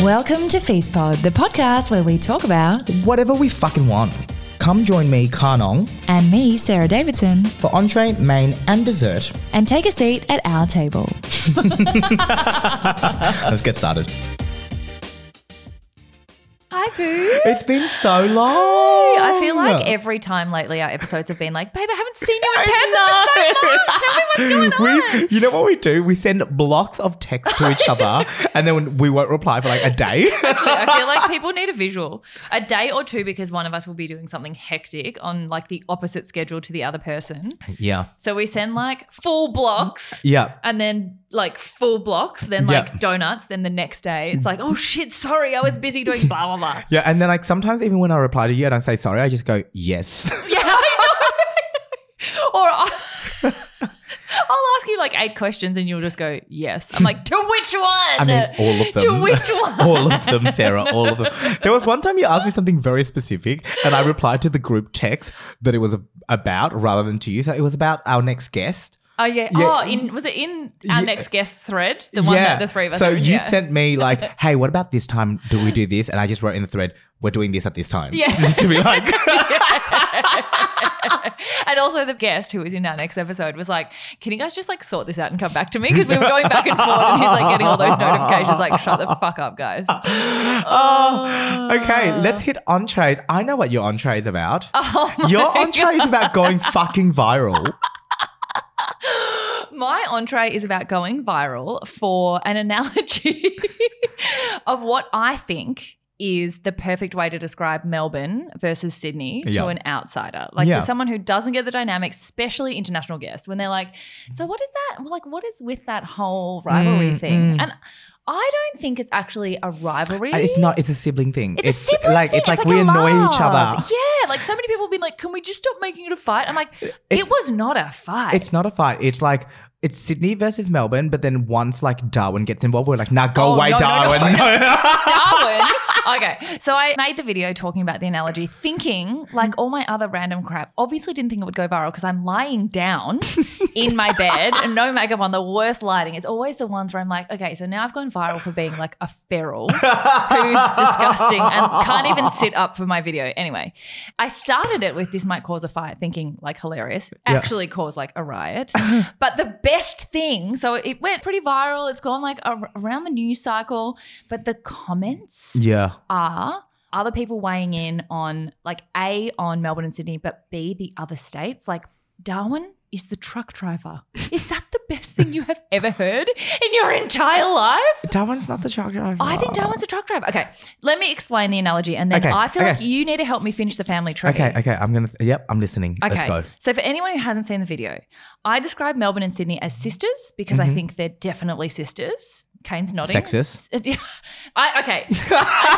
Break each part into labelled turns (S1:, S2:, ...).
S1: Welcome to Feast Pod, the podcast where we talk about
S2: whatever we fucking want. Come join me, Karnong,
S1: and me, Sarah Davidson,
S2: for entree, main, and dessert.
S1: and take a seat at our table.
S2: Let's get started.
S1: Hi, Boo.
S2: It's been so long.
S1: I feel like every time lately our episodes have been like, babe, I haven't seen you in person for so long. Tell me what's going on.
S2: We, you know what we do? We send blocks of text to each other, and then we won't reply for like a day.
S1: Actually, I feel like people need a visual, a day or two, because one of us will be doing something hectic on like the opposite schedule to the other person.
S2: yeah,
S1: So we send like full blocks.
S2: yeah.
S1: and then like full blocks, then
S2: Yeah.
S1: like donuts, then the next day it's like, oh shit, sorry, I was busy doing blah blah blah.
S2: Yeah, and then like sometimes even when I reply to you, I don't say sorry. I just go yes.
S1: Yeah, I know. or I- I'll ask you like eight questions and you'll just go yes. I'm like, to which one?
S2: I mean, all of them.
S1: To which one?
S2: all of them, Sarah. All of them. There was one time you asked me something very specific, and I replied to the group text that it was a- about rather than to you. So it was about our next guest.
S1: Oh yeah. Oh,
S2: Yeah.
S1: in was it in our
S2: Yeah.
S1: next guest thread? The one that the three of us.
S2: So
S1: are in?
S2: you
S1: yeah.
S2: sent me like, "Hey, what about this time? Do we do this?" And I just wrote in the thread, "We're doing this at this time."
S1: Yeah.
S2: to be like,
S1: and also the guest who was in our next episode was like, "Can you guys just like sort this out and come back to me?" Because we were going back and forth, and he's like getting all those notifications, like, "Shut the fuck up, guys."
S2: oh, okay, let's hit entrees. I know what your entree is about.
S1: Oh my
S2: your entree is about going fucking viral.
S1: My entree is about going viral for an analogy of what I think is the perfect way to describe Melbourne versus Sydney
S2: Yeah.
S1: to an outsider, like
S2: Yeah.
S1: to someone who doesn't get the dynamics, especially international guests, when they're like, "So what is that?" Well, like, what is with that whole rivalry
S2: Mm,
S1: thing?
S2: mm.
S1: And I don't think it's actually a rivalry.
S2: And It's not. It's a sibling thing.
S1: It's, a sibling
S2: like
S1: thing.
S2: it's like, we
S1: a
S2: annoy
S1: love.
S2: each other.
S1: Yeah, like so many people have been like, "Can we just stop making it a fight?" I'm like,
S2: It's-
S1: "It was not a fight."
S2: It's not a fight. It's like it's Sydney versus Melbourne, but then once like Darwin gets involved, we're like, nah, go
S1: Oh,
S2: away,
S1: no, no,
S2: Darwin.
S1: no,
S2: No.
S1: Darwin. Okay, so I made the video talking about the analogy, thinking like all my other random crap. Obviously, didn't think it would go viral because I'm lying down in my bed and no makeup on, the worst lighting. It's always the ones where I'm like, okay, so now I've gone viral for being like a feral who's disgusting and can't even sit up for my video. Anyway, I started it with this might cause a fight, thinking like hilarious,
S2: Yeah.
S1: actually cause like a riot. but the best thing, so it went pretty viral. It's gone like ar- around the news cycle, but the comments
S2: yeah.
S1: are other people weighing in on like A on Melbourne and Sydney, but B the other states like Darwin is the truck driver. Is that the best thing you have ever heard in your entire life?
S2: Darwin's not the truck driver.
S1: I think Darwin's a truck driver. Okay, let me explain the analogy, and then
S2: Okay,
S1: I feel
S2: okay.
S1: like you need to help me finish the family tree.
S2: Okay, okay. I'm gonna yep, I'm listening.
S1: Okay.
S2: Let's go.
S1: So for anyone who hasn't seen the video, I describe Melbourne and Sydney as sisters because I
S2: Mhm.
S1: think they're definitely sisters. Kane's nodding.
S2: Sexist.
S1: I, okay. And then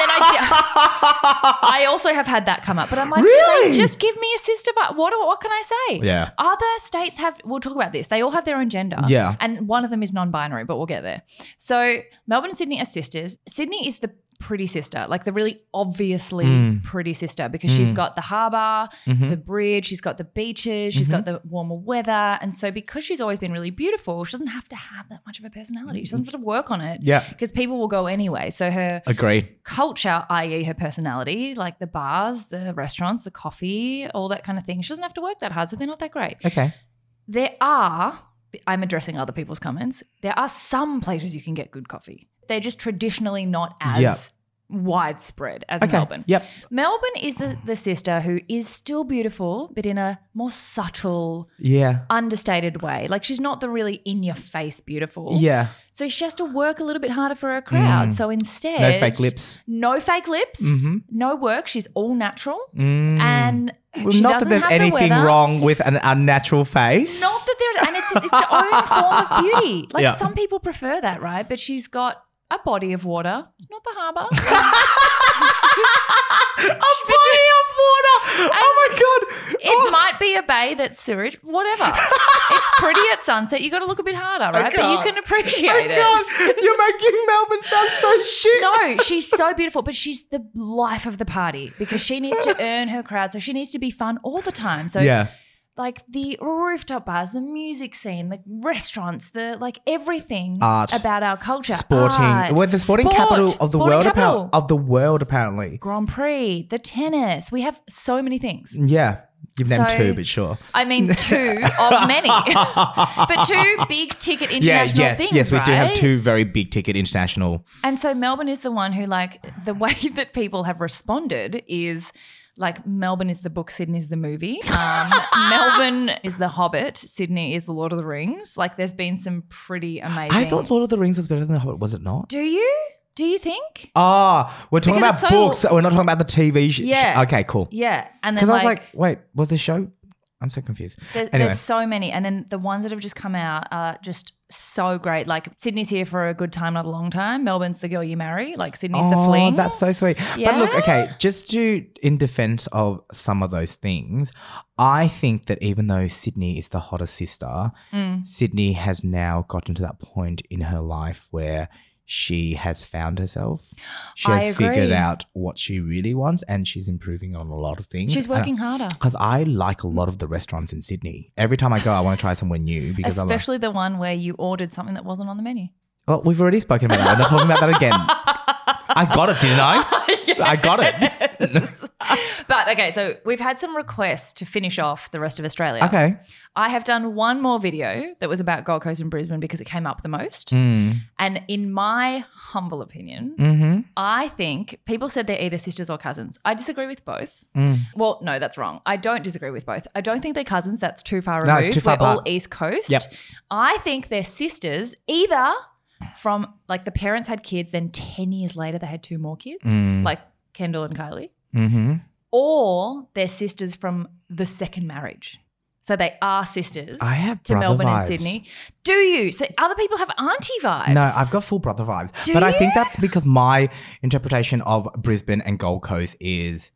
S1: I, I also have had that come up, but I'm like,
S2: Really?
S1: they just give me a sister. But what, do- what can I say?
S2: yeah.
S1: Other states have, we'll talk about this, they all have their own gender.
S2: Yeah.
S1: And one of them is non binary, but we'll get there. So Melbourne and Sydney are sisters. Sydney is the pretty sister, like the really obviously
S2: Mm.
S1: pretty sister, because she's
S2: Mm.
S1: got the harbor,
S2: Mhm.
S1: the bridge, she's got the beaches, she's
S2: Hmm.
S1: got the warmer weather. And so because she's always been really beautiful, she doesn't have to have that much of a personality. She doesn't have to work on it.
S2: Yeah.
S1: Because people will go anyway. So her
S2: Agreed.
S1: culture, i.e., her personality, like the bars, the restaurants, the coffee, all that kind of thing, she doesn't have to work that hard. So they're not that great
S2: Okay.
S1: there are I'm addressing other people's comments. There are some places you can get good coffee. They're just traditionally not as
S2: Yeah.
S1: widespread as
S2: Okay.
S1: Melbourne.
S2: Yep.
S1: Melbourne is the, the sister who is still beautiful, but in a more subtle,
S2: Yeah.
S1: understated way. Like she's not the really in your face beautiful.
S2: Yeah.
S1: So she has to work a little bit harder for her crowd.
S2: Mm.
S1: So instead,
S2: No fake lips.
S1: No fake lips.
S2: Mhm.
S1: No work. She's all natural.
S2: Mm.
S1: And
S2: Well,
S1: she
S2: not that
S1: doesn't
S2: there's
S1: have the
S2: anything
S1: weather.
S2: wrong with an unnatural face.
S1: Not that there's, and it's it's its own form of beauty. Like
S2: Yeah.
S1: some people prefer that, right? But she's got a body of water. It's not the harbour.
S2: a body of water. Oh my god.
S1: It might be a bay that's sewage, whatever. it's pretty at sunset. You got to look a bit harder, right? But you
S2: can't.
S1: can appreciate
S2: my
S1: it.
S2: god. You're making Melbourne sound so shit.
S1: No, she's so beautiful, but she's the life of the party because she needs to earn her crowd. So she needs to be fun all the time. So
S2: yeah.
S1: like the rooftop bars, the music scene, the restaurants, the like everything
S2: Art.
S1: about our culture.
S2: Sporting,
S1: Art,
S2: we're the sporting
S1: sport,
S2: capital of the
S1: sporting
S2: world.
S1: capital.
S2: Apparently, of the world, apparently.
S1: Grand Prix, the tennis. We have so many things.
S2: Yeah, you've named
S1: So-
S2: two, but sure.
S1: I mean, two of many, but two big ticket
S2: Yeah,
S1: international
S2: yes,
S1: things.
S2: yes, we do have
S1: right?
S2: two very big ticket international.
S1: And so Melbourne is the one who, like, the way that people have responded is like Melbourne is the book, Sydney is the movie. Um, Melbourne is the Hobbit, Sydney is the Lord of the Rings. Like, there's been some pretty amazing.
S2: I thought Lord of the Rings was better than The Hobbit, was it not?
S1: Do you? Do you think?
S2: Ah, we're talking
S1: Because
S2: about
S1: it's
S2: books. Oh,
S1: so-
S2: We're not talking about the TV show.
S1: Yeah.
S2: Okay, cool.
S1: Yeah. And then,
S2: Because I was
S1: like,
S2: like, wait, was the show? I'm so confused.
S1: there's,
S2: anyway.
S1: there's so many. And then the ones that have just come out are just so great. Like, Sydney's here for a good time, not a long time. Melbourne's the girl you marry. Like, Sydney's the fling.
S2: Oh, That's so sweet. But look,
S1: Yeah.
S2: okay, just to in defense of some of those things, I think that even though Sydney is the hottest sister,
S1: Mm.
S2: Sydney has now gotten to that point in her life where she has found herself. She
S1: I
S2: has
S1: agree.
S2: figured out what she really wants and she's improving on a lot of things.
S1: She's working harder.
S2: because I like a lot of the restaurants in Sydney. Every time I go, I want to try somewhere new because I'm like,
S1: Especially the one where you ordered something that wasn't on the menu.
S2: well, we've already spoken about that. We're not talking about that again. I got it, didn't I? I got it.
S1: but okay, so we've had some requests to finish off the rest of Australia.
S2: okay.
S1: I have done one more video that was about Gold Coast and Brisbane because it came up the most.
S2: Mm.
S1: And in my humble opinion,
S2: hmm
S1: I think people said they're either sisters or cousins. I disagree with both.
S2: Mm.
S1: Well, no, that's wrong. I don't disagree with both. I don't think they're cousins. That's too far
S2: No,
S1: removed.
S2: it's too far
S1: We're all
S2: apart.
S1: East Coast.
S2: Yep.
S1: I think they're sisters either from like the parents had kids, then 10 years later they had two more kids,
S2: Mm.
S1: like Kendall and Kylie,
S2: Mm-hmm.
S1: or they're sisters from the second marriage. So they are sisters
S2: I have
S1: to
S2: brother
S1: Melbourne
S2: vibes.
S1: and Sydney. Do you? So other people have auntie vibes.
S2: No, I've got full brother vibes.
S1: Do
S2: but I
S1: you?
S2: think that's because my interpretation of Brisbane and Gold Coast is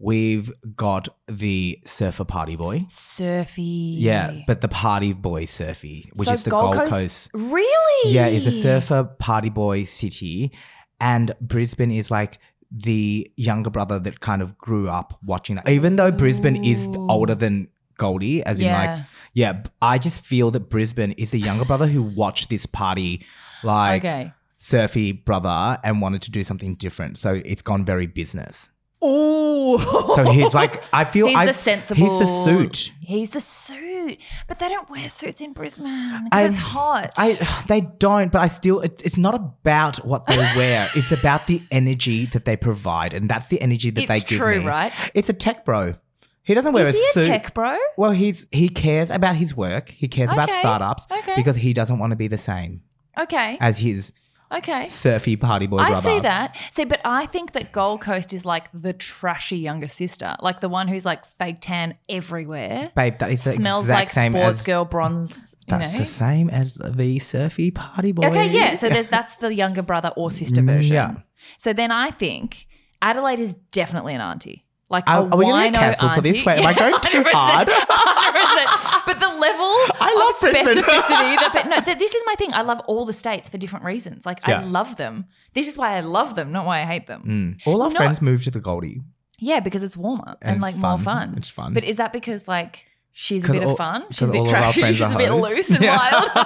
S2: we've got the surfer party boy.
S1: surfy.
S2: Yeah, but the party boy surfy, which
S1: So
S2: is the
S1: Gold
S2: Gold,
S1: Coast-
S2: Coast.
S1: Really?
S2: Yeah, is a surfer party boy city. And Brisbane is like the younger brother that kind of grew up watching that. Even though Brisbane is
S1: Ooh.
S2: older than Goldie, as in like
S1: Yeah.
S2: Yeah, b- I just feel that Brisbane is the younger brother who watched this party, like
S1: okay.
S2: surfy brother, and wanted to do something different. So it's gone very business.
S1: Ooh.
S2: So he's like, I feel
S1: He's
S2: I,
S1: the sensible.
S2: He's the suit.
S1: He's the suit, but they don't wear suits in Brisbane. 'cause
S2: I-
S1: it's hot.
S2: I they don't, but I still. It, it's not about what they wear. it's about the energy that they provide, and that's the energy that
S1: it's
S2: they give
S1: true,
S2: me.
S1: right?
S2: It's a tech bro. He doesn't wear
S1: Is
S2: a
S1: he
S2: suit.
S1: a tech bro?
S2: well, he's he cares about his work. He cares about
S1: Okay,
S2: startups
S1: okay.
S2: because he doesn't want to be the same
S1: Okay,
S2: as his
S1: okay.
S2: surfy party boy
S1: I
S2: brother.
S1: see that. See, but I think that Gold Coast is like the trashy younger sister, like the one who's like fake tan everywhere,
S2: Babe, that is the
S1: smells
S2: exact
S1: like
S2: same
S1: sports
S2: as
S1: girl bronze. You
S2: that's
S1: know.
S2: the same as the surfy party boy.
S1: Okay, yeah. So there's that's the younger brother or sister version.
S2: Yeah.
S1: So then I think Adelaide is definitely an auntie. Like a
S2: Are- are we gonna
S1: going
S2: get
S1: to
S2: cancelled for this? Wait, am I going too hard?
S1: but the level
S2: I love
S1: of
S2: Brisbane.
S1: specificity. That, but no, th- this is my thing. I love all the states for different reasons. Like I
S2: Yeah.
S1: love them. This is why I love them, not why I hate them.
S2: Mm. All our
S1: No.
S2: friends moved to the Goldie,
S1: Yeah, because it's warmer and,
S2: and,
S1: like
S2: it's
S1: more
S2: fun.
S1: fun.
S2: It's fun.
S1: But is that because like she's a
S2: 'Cause
S1: bit
S2: all-
S1: of fun? She's
S2: 'cause
S1: a bit
S2: all of our
S1: trashy.
S2: friends
S1: She's
S2: are
S1: a bit
S2: hoes.
S1: loose and
S2: Yeah.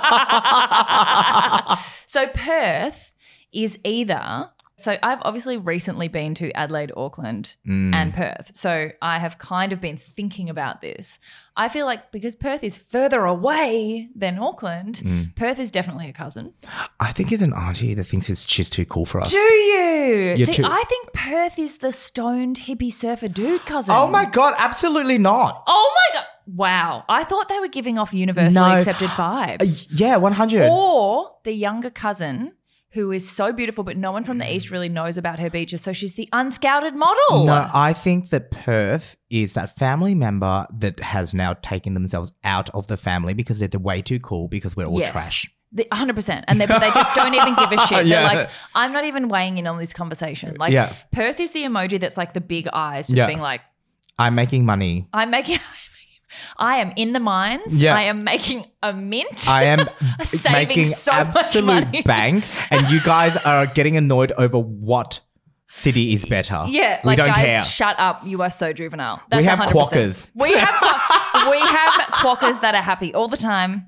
S1: wild. so Perth is either. So I've obviously recently been to Adelaide, Auckland,
S2: Mm.
S1: and Perth. So I have kind of been thinking about this. I feel like because Perth is further away than Auckland,
S2: Mm.
S1: Perth is definitely a cousin.
S2: I think it's an auntie that thinks it's, she's too cool for us.
S1: Do you?
S2: You're
S1: See,
S2: too-
S1: I think Perth is the stoned hippie surfer dude cousin.
S2: Oh my god, absolutely not.
S1: Oh my god! Wow, I thought they were giving off universally
S2: No.
S1: accepted
S2: Uh,
S1: vibes.
S2: yeah, one hundred.
S1: Or the younger cousin who is so beautiful, but no one from the east really knows about her beaches, so she's the unscouted model.
S2: No, I think that Perth is that family member that has now taken themselves out of the family because they're way too cool because we're all
S1: Yes.
S2: trash.
S1: The- 100%. And they, but they just don't even give a shit.
S2: Yeah.
S1: They're like, I'm not even weighing in on this conversation. Like,
S2: Yeah.
S1: Perth is the emoji that's like the big eyes, just
S2: Yeah.
S1: being like,
S2: I'm making money.
S1: I'm making, I am in the mines.
S2: Yeah.
S1: I am making a mint.
S2: I am
S1: Saving
S2: making
S1: so much
S2: absolute
S1: money.
S2: bank, and you guys are getting annoyed over what City is better.
S1: Yeah,
S2: we
S1: like
S2: don't
S1: guys,
S2: care.
S1: shut up. You are so juvenile.
S2: We have
S1: 100%.
S2: quackers.
S1: We have qua- we have quackers that are happy all the time.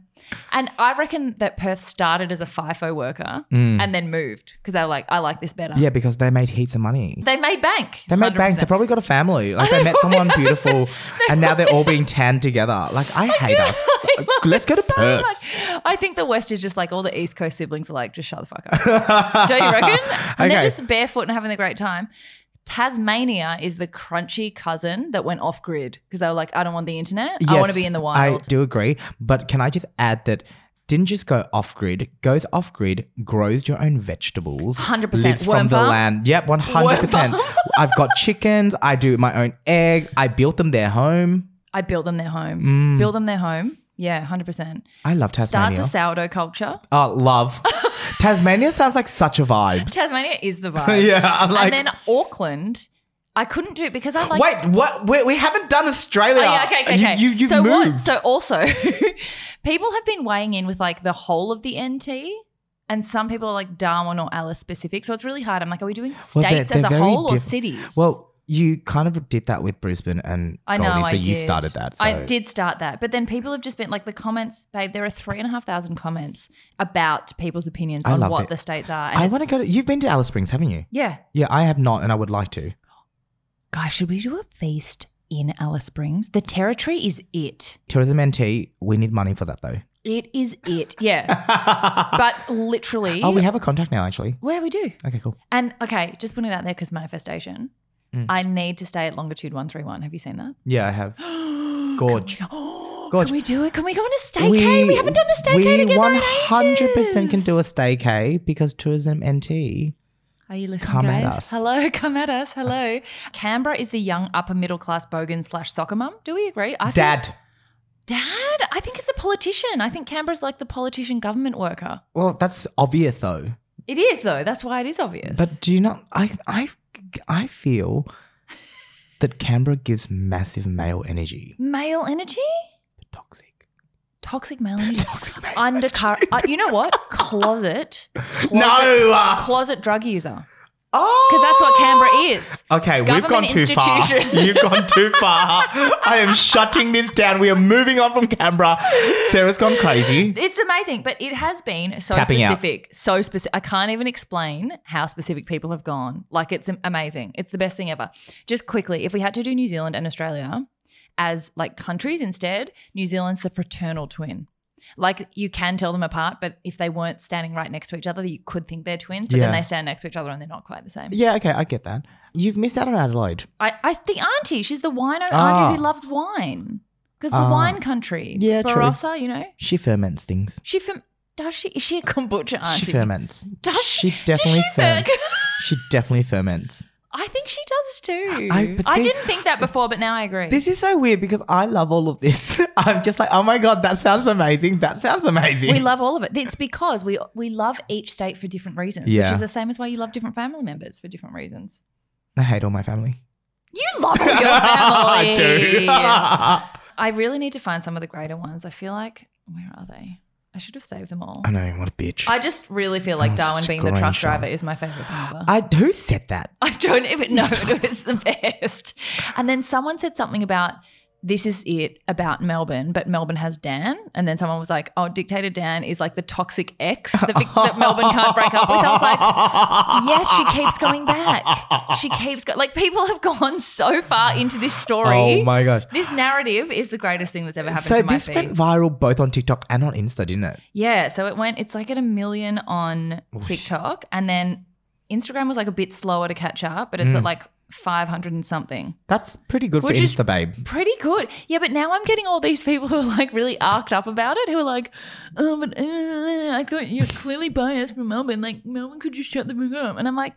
S1: And I reckon that Perth started as a FIFO worker and then moved because they were like, I like this better.
S2: Mm. yeah, because they made heaps of money.
S1: They made bank.
S2: They made bank. They
S1: 100%.
S2: probably got a family. Like they met someone beautiful, and now they're all being tanned together. Like I hate us.
S1: I love
S2: Let's go
S1: it
S2: to
S1: so
S2: Perth.
S1: much. I think the West is just like all the East Coast siblings are like, just shut the fuck up. Don't you reckon? And they're
S2: Okay.
S1: just barefoot and having a great time. Tasmania is the crunchy cousin that went off grid because they were like, I don't want the internet. I want to
S2: Yes,
S1: be in the wild.
S2: I do agree, but can I just add that? Didn't just go off grid. Goes off grid. Grows your own vegetables.
S1: 100%.
S2: Lives
S1: Worm
S2: from the
S1: farm?
S2: land. Yep, one hundred percent.
S1: Worm
S2: I've got chickens. I do my own eggs. I built them their home.
S1: I, build them their home.
S2: Mm.
S1: Build them their home. Yeah, 100%.
S2: I love
S1: Starts
S2: Tasmania.
S1: a sourdough culture.
S2: oh, love. Tasmania sounds like such a vibe.
S1: Tasmania is the vibe.
S2: yeah, I'm
S1: and
S2: like.
S1: then Auckland, I couldn't do it because I like.
S2: Wait, what? We, we haven't done Australia.
S1: Oh, yeah, okay, okay,
S2: You,
S1: okay.
S2: You, you've
S1: so
S2: moved.
S1: what? So also, people have been weighing in with like the whole of the NT, and some people are like Darwin or Alice specific. So it's really hard. I'm like, are we doing states
S2: Well, they're-
S1: as
S2: they're
S1: a
S2: very
S1: whole or
S2: diff-
S1: cities?
S2: Well, you kind of did that with Brisbane and
S1: I know
S2: Goldie, so
S1: I
S2: you
S1: did.
S2: started that. So.
S1: I did start that, but then people have just been like the comments, babe. There are three and a half thousand comments about people's opinions
S2: I
S1: on
S2: loved
S1: what
S2: it.
S1: the states are. and
S2: I want to
S1: it's-
S2: go. To, you've been to Alice Springs, haven't you?
S1: Yeah,
S2: Yeah, I have not, and I would like to.
S1: guys, should we do a feast in Alice Springs? The territory is it.
S2: Tourism NT, we need money for that though.
S1: It is it. Yeah, but literally.
S2: oh, we have a contact now, actually.
S1: where we do.
S2: Okay, cool.
S1: And okay, just putting it out there because manifestation.
S2: Mm.
S1: I need to stay at longitude 131. Have you seen that?
S2: Yeah, I have.
S1: Gorge.
S2: Gorge.
S1: Can we,
S2: Gorge.
S1: can we do it? Can we go on a staycay? We, haven't done a staycay together.
S2: We
S1: in
S2: one
S1: ages.
S2: hundred percent can do a staycay because tourism NT.
S1: Are you listening,
S2: Come
S1: guys?
S2: at us.
S1: Hello, come at us. Hello. Canberra is the young upper middle class bogan slash soccer mum. Do we agree? I think-
S2: Dad.
S1: dad. I think it's a politician. I think Canberra's like the politician government worker.
S2: Well, that's obvious though.
S1: It is though. That's why it is obvious.
S2: But do you not? I I I feel that Canberra gives massive male energy.
S1: male energy,
S2: Toxic.
S1: toxic male energy.
S2: Toxic male.
S1: undercurrent. Uh, you know what? Closet. closet
S2: no.
S1: Closet drug user.
S2: Oh.
S1: Because that's what Canberra is.
S2: Okay, we've gone
S1: Government
S2: too far.
S1: institution.
S2: You've gone too far. I am shutting this down. We are moving on from Canberra. Sarah's gone crazy.
S1: It's amazing, but it has been so
S2: Tapping out.
S1: specific. So specific. I can't even explain how specific people have gone. Like, it's am- amazing. It's the best thing ever. Just quickly, if we had to do New Zealand and Australia as like countries instead, New Zealand's the fraternal twin. Like, you can tell them apart, but if they weren't standing right next to each other, you could think they're twins, but then
S2: Yeah.
S1: they stand next to each other and they're not quite the same.
S2: Yeah, okay, I get that. You've missed out on Adelaide.
S1: I, I the auntie. She's the wino
S2: Ah.
S1: auntie who loves wine because the
S2: Ah.
S1: wine country.
S2: Yeah, true.
S1: Barossa, you know.
S2: She ferments things.
S1: She from does she is Ah, she a kombucha auntie?
S2: She ferments.
S1: Does she-
S2: definitely
S1: Does she
S2: fer-
S1: ferg-
S2: She definitely ferments.
S1: I think she does too.
S2: I-
S1: I,
S2: but see-
S1: didn't think that before, but now I agree.
S2: This is so weird because I love all of this. I'm just like, oh my god, that sounds amazing. That sounds amazing.
S1: we love all of it. It's because we we love each state for different reasons,
S2: Yeah.
S1: which is the same as why you love different family members for different reasons.
S2: I hate all my family.
S1: You love all your family.
S2: I do.
S1: I really need to find some of the greater ones. I feel like where are they? I should have saved them all.
S2: I know what a bitch. I,
S1: I just really feel like
S2: Oh,
S1: Darwin
S2: such a
S1: being the truck
S2: screenshot.
S1: driver is my favorite thing ever.
S2: who said that?
S1: I don't even know, but it was the best. And then someone said something about this is it about Melbourne, but Melbourne has Dan. And then someone was like, oh, Dictator Dan is like the toxic ex that, Vic- that Melbourne can't break up with. I was like, yes, she keeps coming back.
S2: Oh
S1: She keeps going. Like, people have gone so far into this story.
S2: Oh my gosh.
S1: this narrative is the greatest thing that's ever happened
S2: So
S1: to my
S2: this
S1: feed.
S2: went viral both on TikTok and on Insta, didn't it?
S1: Yeah, so it went. It's like at a million on
S2: Oof.
S1: TikTok, and then Instagram was like a bit slower to catch up, but it's
S2: Mm.
S1: at like five hundred and something.
S2: That's pretty good
S1: Which
S2: for
S1: is-
S2: Insta, babe.
S1: Pretty good. Yeah, but now I'm getting all these people who are like really arced up about it, who are like, oh, but uh, I thought you're clearly biased from Melbourne. Like Melbourne could just shut the fuck up, and I'm like.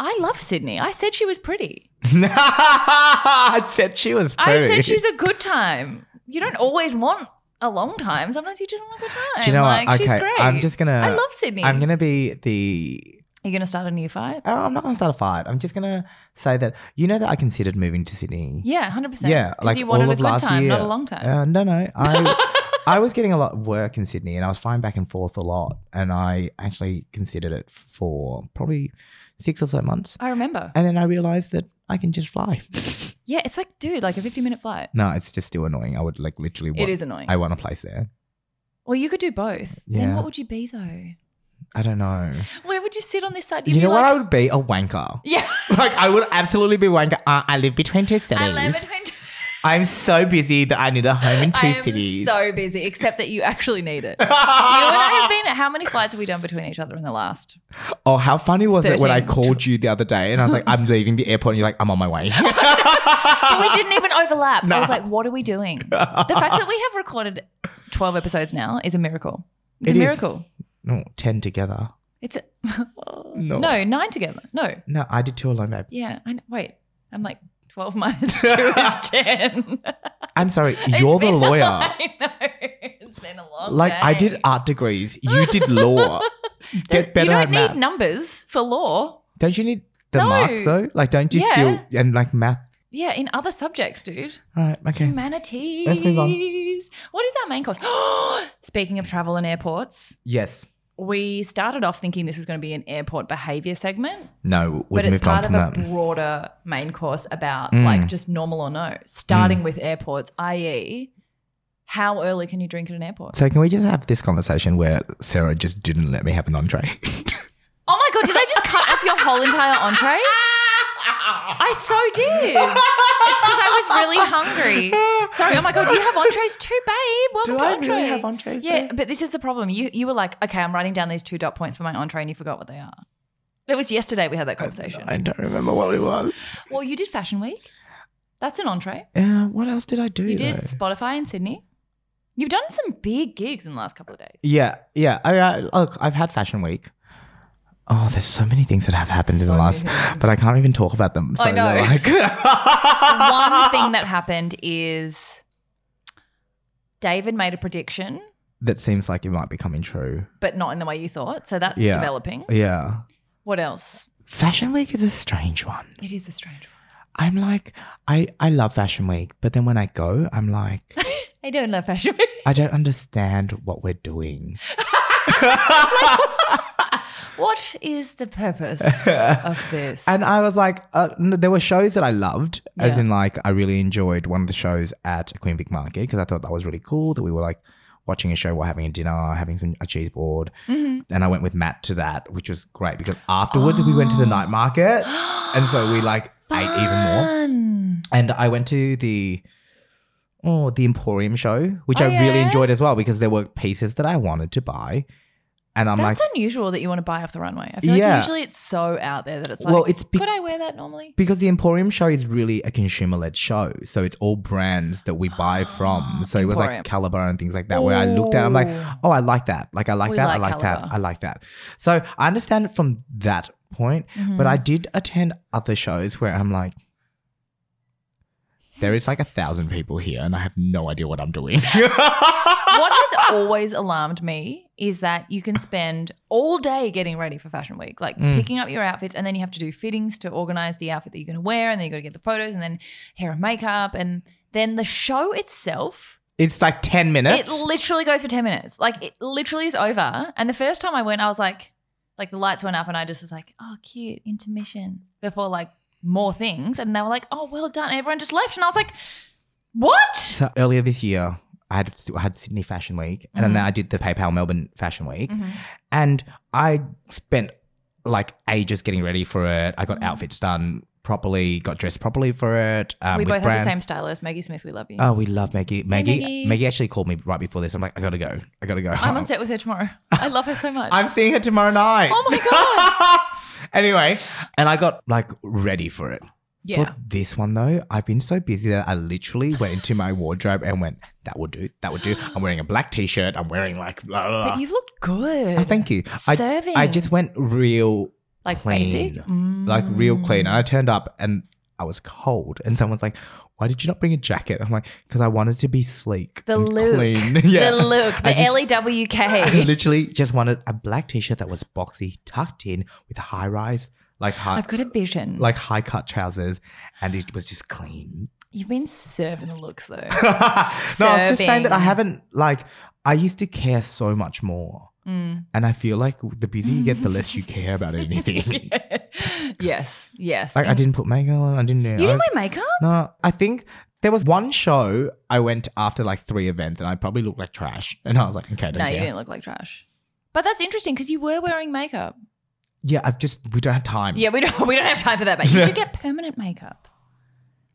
S1: I love Sydney. I said she was pretty.
S2: I said she was pretty.
S1: I said she's a good time. You don't always want a long time. Sometimes you just want a good time.
S2: Do you know
S1: like,
S2: what?
S1: She's
S2: Okay,
S1: great.
S2: I'm just gonna.
S1: I love Sydney.
S2: I'm gonna be the.
S1: Are you gonna start a new fight?
S2: Oh, I'm not gonna start a fight. I'm just gonna say that you know that I considered moving to Sydney.
S1: Yeah, hundred percent.
S2: Yeah, like
S1: you wanted
S2: all
S1: a
S2: of
S1: good
S2: last
S1: time,
S2: year.
S1: not a long time.
S2: Uh, no, no. I I was getting a lot of work in Sydney and I was flying back and forth a lot. And I actually considered it for probably six or so months.
S1: I remember.
S2: And then I realized that I can just fly.
S1: Yeah, it's like, dude, like a 50 minute flight.
S2: no, it's just still annoying. I would like literally want,
S1: It is annoying.
S2: I want a place there.
S1: well, you could do both. Then
S2: Yeah.
S1: what would you be though?
S2: I don't know.
S1: Where would you sit on this side? You'd
S2: You
S1: be
S2: know
S1: like,
S2: what? I would be a wanker.
S1: yeah,
S2: Like I would absolutely be wanker. Uh, I live between two cities.
S1: I live in
S2: I'm so busy that I need a home in two
S1: I am
S2: cities.
S1: so busy, except that you actually need it. You and I have
S2: oh,
S1: been. How many flights have we done between each other in the last?
S2: how funny was it when I
S1: 13.
S2: called you the other day and I was like, I'm leaving the airport, and you're like, I'm on my way.
S1: But we didn't even overlap. I was
S2: Nah.
S1: like, what are we doing? The fact that we have recorded twelve episodes now is a miracle. It's
S2: It
S1: a
S2: is.
S1: miracle.
S2: no, ten together.
S1: It's a
S2: No.
S1: no nine together. No,
S2: No, I did two alone, babe.
S1: yeah. I know. Wait, I'm like twelve minus two is ten.
S2: I'm sorry,
S1: It's
S2: you're the
S1: been a-
S2: lawyer.
S1: I know. It's been a long
S2: like I
S1: day.
S2: did art degrees, you did law.
S1: There-
S2: Get better
S1: You don't
S2: at
S1: need
S2: math.
S1: numbers for law.
S2: don't you need the
S1: No.
S2: marks though? Like, don't you
S1: Yeah.
S2: still and like math?
S1: Yeah, in other subjects, dude.
S2: All right, okay.
S1: Humanities.
S2: move on.
S1: What is our main course? Speaking of travel and airports,
S2: Yes.
S1: we started off thinking this was going to be an airport behavior segment,
S2: No,
S1: but
S2: we've
S1: it's
S2: moved on
S1: part of
S2: from
S1: a
S2: that.
S1: broader main course about
S2: Mm.
S1: like just normal or no, starting with airports, i.e., how early can you drink at an airport?
S2: So can we just have this conversation where Sarah just didn't let me have an entree?
S1: Oh my God, did I just cut off your whole entire entree? I so did. It's because I was really hungry. Sorry. Oh my god, you have entrees too, babe. Welcome
S2: Do
S1: to
S2: I
S1: entree.
S2: really have entrees?
S1: yeah,
S2: though?
S1: but this is the problem. You you were like, okay, I'm writing down these two dot points for my entree, and you forgot what they are. It was yesterday we had that conversation.
S2: I don't remember what it was.
S1: well, you did Fashion Week. That's an entree.
S2: Uh, what else did I do?
S1: You did
S2: though?
S1: Spotify in Sydney. You've done some big gigs in the last couple of days.
S2: Yeah, yeah. I, I, look, I've had Fashion Week. Oh, there's so many things that have happened in the last, but I can't even talk about them. So
S1: I know.
S2: they're Like,
S1: One thing that happened is David made a prediction,
S2: that seems like it might be coming true.
S1: but not in the way you thought. So that's
S2: Yeah.
S1: developing.
S2: Yeah.
S1: What else?
S2: Fashion Week is a strange one.
S1: It is a strange one.
S2: I'm like, I, I love Fashion Week, but then when I go, I'm like,
S1: I don't love Fashion Week.
S2: I don't understand what we're doing.
S1: What is the purpose of this?
S2: And I was like, uh, n- there were shows that I loved, as
S1: Yeah.
S2: in like I really enjoyed one of the shows at Queen Vic Market because I thought that was really cool that we were like watching a show while having a dinner, having some a cheese board,
S1: Mm-hmm.
S2: and I went with Matt to that, which was great because afterwards we went to
S1: Oh.
S2: the night market, and so we like ate even more.
S1: Fun.
S2: And I went to the oh the Emporium show, which
S1: Oh,
S2: I really
S1: yeah?
S2: enjoyed as well because there were pieces that I wanted to buy, and I'm
S1: That's
S2: like,
S1: unusual that you want to buy off the runway. I feel
S2: Yeah.
S1: like usually it's so out there that it's like,
S2: well, it's be-
S1: could I wear that normally?
S2: Because the Emporium show is really a consumer led show. So it's all brands that we buy from. So it was
S1: Emporium.
S2: like Caliber and things like that, where I looked at I'm like,
S1: Ooh.
S2: oh, I like that. Like, I like
S1: We
S2: that. I
S1: like
S2: like
S1: Caliber.
S2: that. I like that. So I understand it from that point. But
S1: Mm-hmm.
S2: I did attend other shows where I'm like, there is like a thousand people here and I have no idea what I'm doing.
S1: what has always alarmed me is that you can spend all day getting ready for Fashion Week, like
S2: Mm.
S1: picking up your outfits, and then you have to do fittings to organize the outfit that you're going to wear, and then you got to get the photos, and then hair and makeup, and then the show itself.
S2: it's like 10 minutes.
S1: It literally goes for 10 minutes. Like it literally is over. And the first time I went, I was like, like the lights went up and I just was like, oh, cute, intermission before like more things. And they were like, oh, well done. And everyone just left. And I was like, what?
S2: so earlier this year, I had, I had Sydney Fashion Week and
S1: Mm-hmm.
S2: then I did the PayPal Melbourne Fashion Week. And I spent like ages getting ready for it. I got
S1: Mm.
S2: outfits done properly, got dressed properly for it. Um,
S1: we
S2: with
S1: both have the
S2: brand-
S1: same stylist, Maggie Smith. We love you.
S2: Oh, we love Maggie. Maggie,
S1: Maggie.
S2: Maggie. actually called me right before this. I'm like, I gotta go. I gotta go.
S1: I'm on set with her tomorrow. I love her so much.
S2: I'm seeing her tomorrow night.
S1: Oh my
S2: god. anyway, and I got like ready for it.
S1: yeah.
S2: For this one though, I've been so busy that I literally went into my wardrobe and went, "That would do. That would do." I'm wearing a black t-shirt. I'm wearing like blah blah. blah.
S1: But you've looked good.
S2: Oh, thank you. I,
S1: Serving.
S2: I just went real
S1: like
S2: clean,
S1: basic. Mm.
S2: like real clean. And I turned up and I was cold, and someone's like, "Why did you not bring a jacket?" I'm like, "Because I wanted to be sleek,
S1: The
S2: and
S1: look.
S2: clean." yeah,
S1: The look, the E
S2: I just- I
S1: L-E-W-K.
S2: literally just wanted a black t-shirt that was boxy, tucked in with high rise, like high,
S1: I've got a vision.
S2: like high cut trousers, and it was just clean.
S1: You've been serving the looks though.
S2: no, I was just saying that I
S1: Serving.
S2: haven't like I used to care so much more.
S1: Mm.
S2: And I feel like the busier you get, the less you care about anything.
S1: yes, yes.
S2: like I
S1: And-
S2: didn't put makeup on. I didn't.
S1: you
S2: I
S1: didn't
S2: was-
S1: wear makeup?
S2: no, I think there was one show I went after like three events, and I probably looked like trash. And I was like, okay, I don't
S1: No,
S2: care.
S1: you didn't look like trash. But that's interesting because you were wearing makeup.
S2: Mm. Yeah, I've just we don't have time.
S1: Yeah, we don't we don't have time for that, but you should get permanent makeup.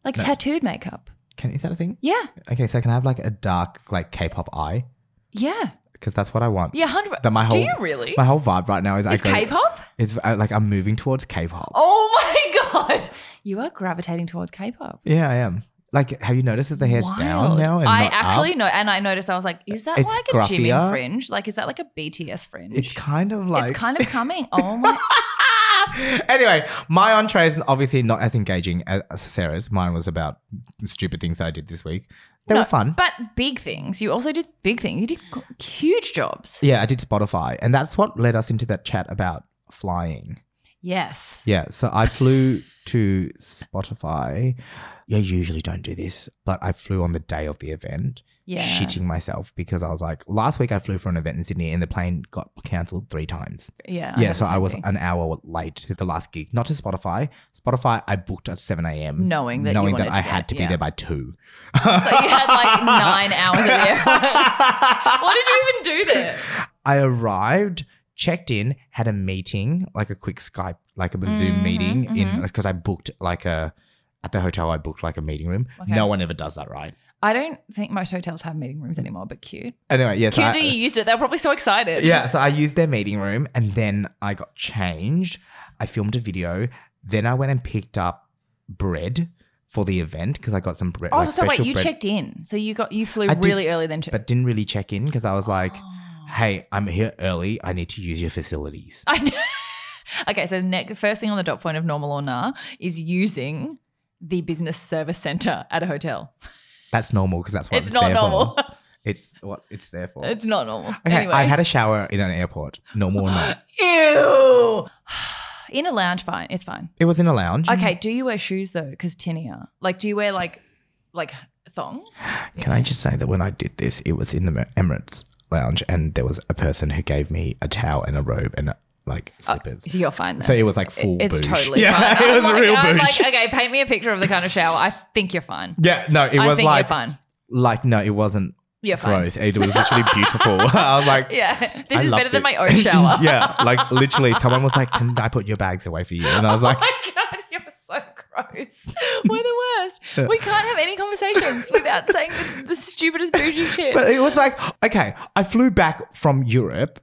S1: Like
S2: No.
S1: tattooed makeup.
S2: Can is that a thing?
S1: Yeah.
S2: Okay, so I can have like a dark like K-pop eye
S1: Yeah.
S2: because that's what I want.
S1: Yeah, 100.
S2: That my
S1: Do
S2: whole
S1: you really?
S2: my whole vibe right now is, I
S1: Is
S2: go
S1: K-pop?
S2: is uh, like I'm moving towards K-pop.
S1: Oh my god. You are gravitating towards K-pop.
S2: Yeah, I am. Like, have you noticed that the hair's down
S1: Wild.
S2: now? And
S1: I
S2: not up?
S1: actually know, and I noticed. I was like, "Is that
S2: It's
S1: like a
S2: gruffier.
S1: Jimin fringe? Like, is that like a BTS fringe?
S2: It's kind of like.
S1: it's kind of coming. Oh my!
S2: anyway, my entree is obviously not as engaging as as Sarah's. Mine was about stupid things that I did this week. They
S1: No,
S2: were fun.
S1: But big things. You also did big things. You did g- huge jobs.
S2: yeah, I did Spotify, and that's what led us into that chat about flying.
S1: Yes.
S2: Yeah, so I flew to Spotify. You usually don't do this, but I flew on the day of the event,
S1: Yeah.
S2: shitting myself because I was like, last week I flew for an event in Sydney and the plane got cancelled three times.
S1: Yeah.
S2: yeah,
S1: had
S2: so
S1: the
S2: I
S1: same
S2: was
S1: thing.
S2: an hour late to the last gig, not to Spotify. Spotify, I booked at seven a.m.
S1: Knowing that you
S2: knowing that
S1: wanted
S2: I
S1: to get-
S2: had to be
S1: yeah.
S2: there by two.
S1: So you had like nine hours of there. what did you even do there?
S2: I arrived, checked in, had a meeting, like a quick Skype, like a
S1: Mhm,
S2: Zoom meeting in
S1: mhm.
S2: because I booked like a at the hotel. I booked like a meeting room.
S1: Okay.
S2: No one ever does that, right?
S1: I don't think most hotels have meeting rooms anymore. But cute.
S2: Anyway, yes,
S1: Cute
S2: I-
S1: that you used it. They're probably so excited.
S2: yeah. So I used their meeting room, and then I got changed. I filmed a video. Then I went and picked up bread for the event because I got some bread.
S1: Oh,
S2: like
S1: so wait,
S2: special
S1: you
S2: bread,
S1: checked in. So you got you flew
S2: I did,
S1: really early then. To-
S2: but didn't really check in because I was like,
S1: Oh.
S2: "Hey, I'm here early. I need to use your facilities."
S1: I know. okay, so next, first thing on the dot point of normal or nah is using the business service center at a hotel.
S2: That's normal because that's what
S1: it's
S2: it's
S1: not
S2: there
S1: normal.
S2: For. It's what it's there for.
S1: it's not normal.
S2: Okay,
S1: anyway,
S2: I had a shower in an airport. Normal or not?
S1: ew. In a lounge, fine. It's fine.
S2: It was in a lounge.
S1: Okay, do you wear shoes though? Because tinea. Like, do you wear like, like thongs?
S2: Can I just say that when I did this, it was in the Emirates lounge, and there was a person who gave me a towel and a robe and like
S1: Uh,
S2: slippers.
S1: So you're fine. Then.
S2: So it was like full
S1: it's
S2: boosh.
S1: totally
S2: yeah,
S1: fine.
S2: it was
S1: I'm
S2: a
S1: like,
S2: real
S1: I'm
S2: boosh.
S1: like, uh, okay, paint me a picture of the kind of shower. I think you're fine.
S2: yeah, no, it
S1: I
S2: was
S1: think
S2: like
S1: you're fine.
S2: like no, it wasn't
S1: You're fine.
S2: gross. It was literally beautiful. I was like,
S1: Yeah, this
S2: I
S1: is
S2: loved
S1: better than
S2: it.
S1: my own shower.
S2: yeah, like literally, someone was like, "Can I put your bags away for you?" And I was like,
S1: Oh my god, you're so gross. We're the worst. We can't have any conversations without saying the, the stupidest bougie shit.
S2: But it was like, okay, I flew back from Europe.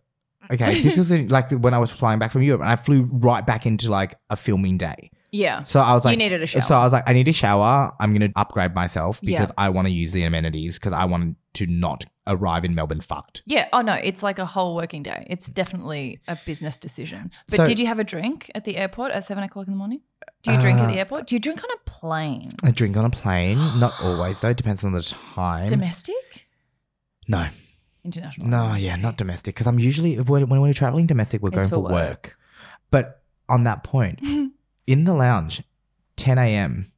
S2: Okay, this was in, like when I was flying back from Europe, and I flew right back into like a filming day.
S1: yeah.
S2: So I was
S1: You
S2: like,
S1: needed a shower.
S2: So I was like, I need a shower. I'm gonna upgrade myself
S1: Yeah.
S2: because I want to use the amenities because I want to not arrive in Melbourne fucked.
S1: Yeah. Oh no, it's like a whole working day. It's definitely a business decision. But
S2: So-
S1: did you have a drink at the airport at seven o'clock in the morning? Do you drink at
S2: Uh,
S1: the airport? Do you drink on a plane?
S2: I drink on a plane, not always though. Depends on the time.
S1: Domestic?
S2: no,
S1: International?
S2: no, yeah, not domestic because I'm usually when, when we're traveling domestic, we're
S1: It's
S2: going
S1: for
S2: for work. But on that point, in the lounge, 10 a.m.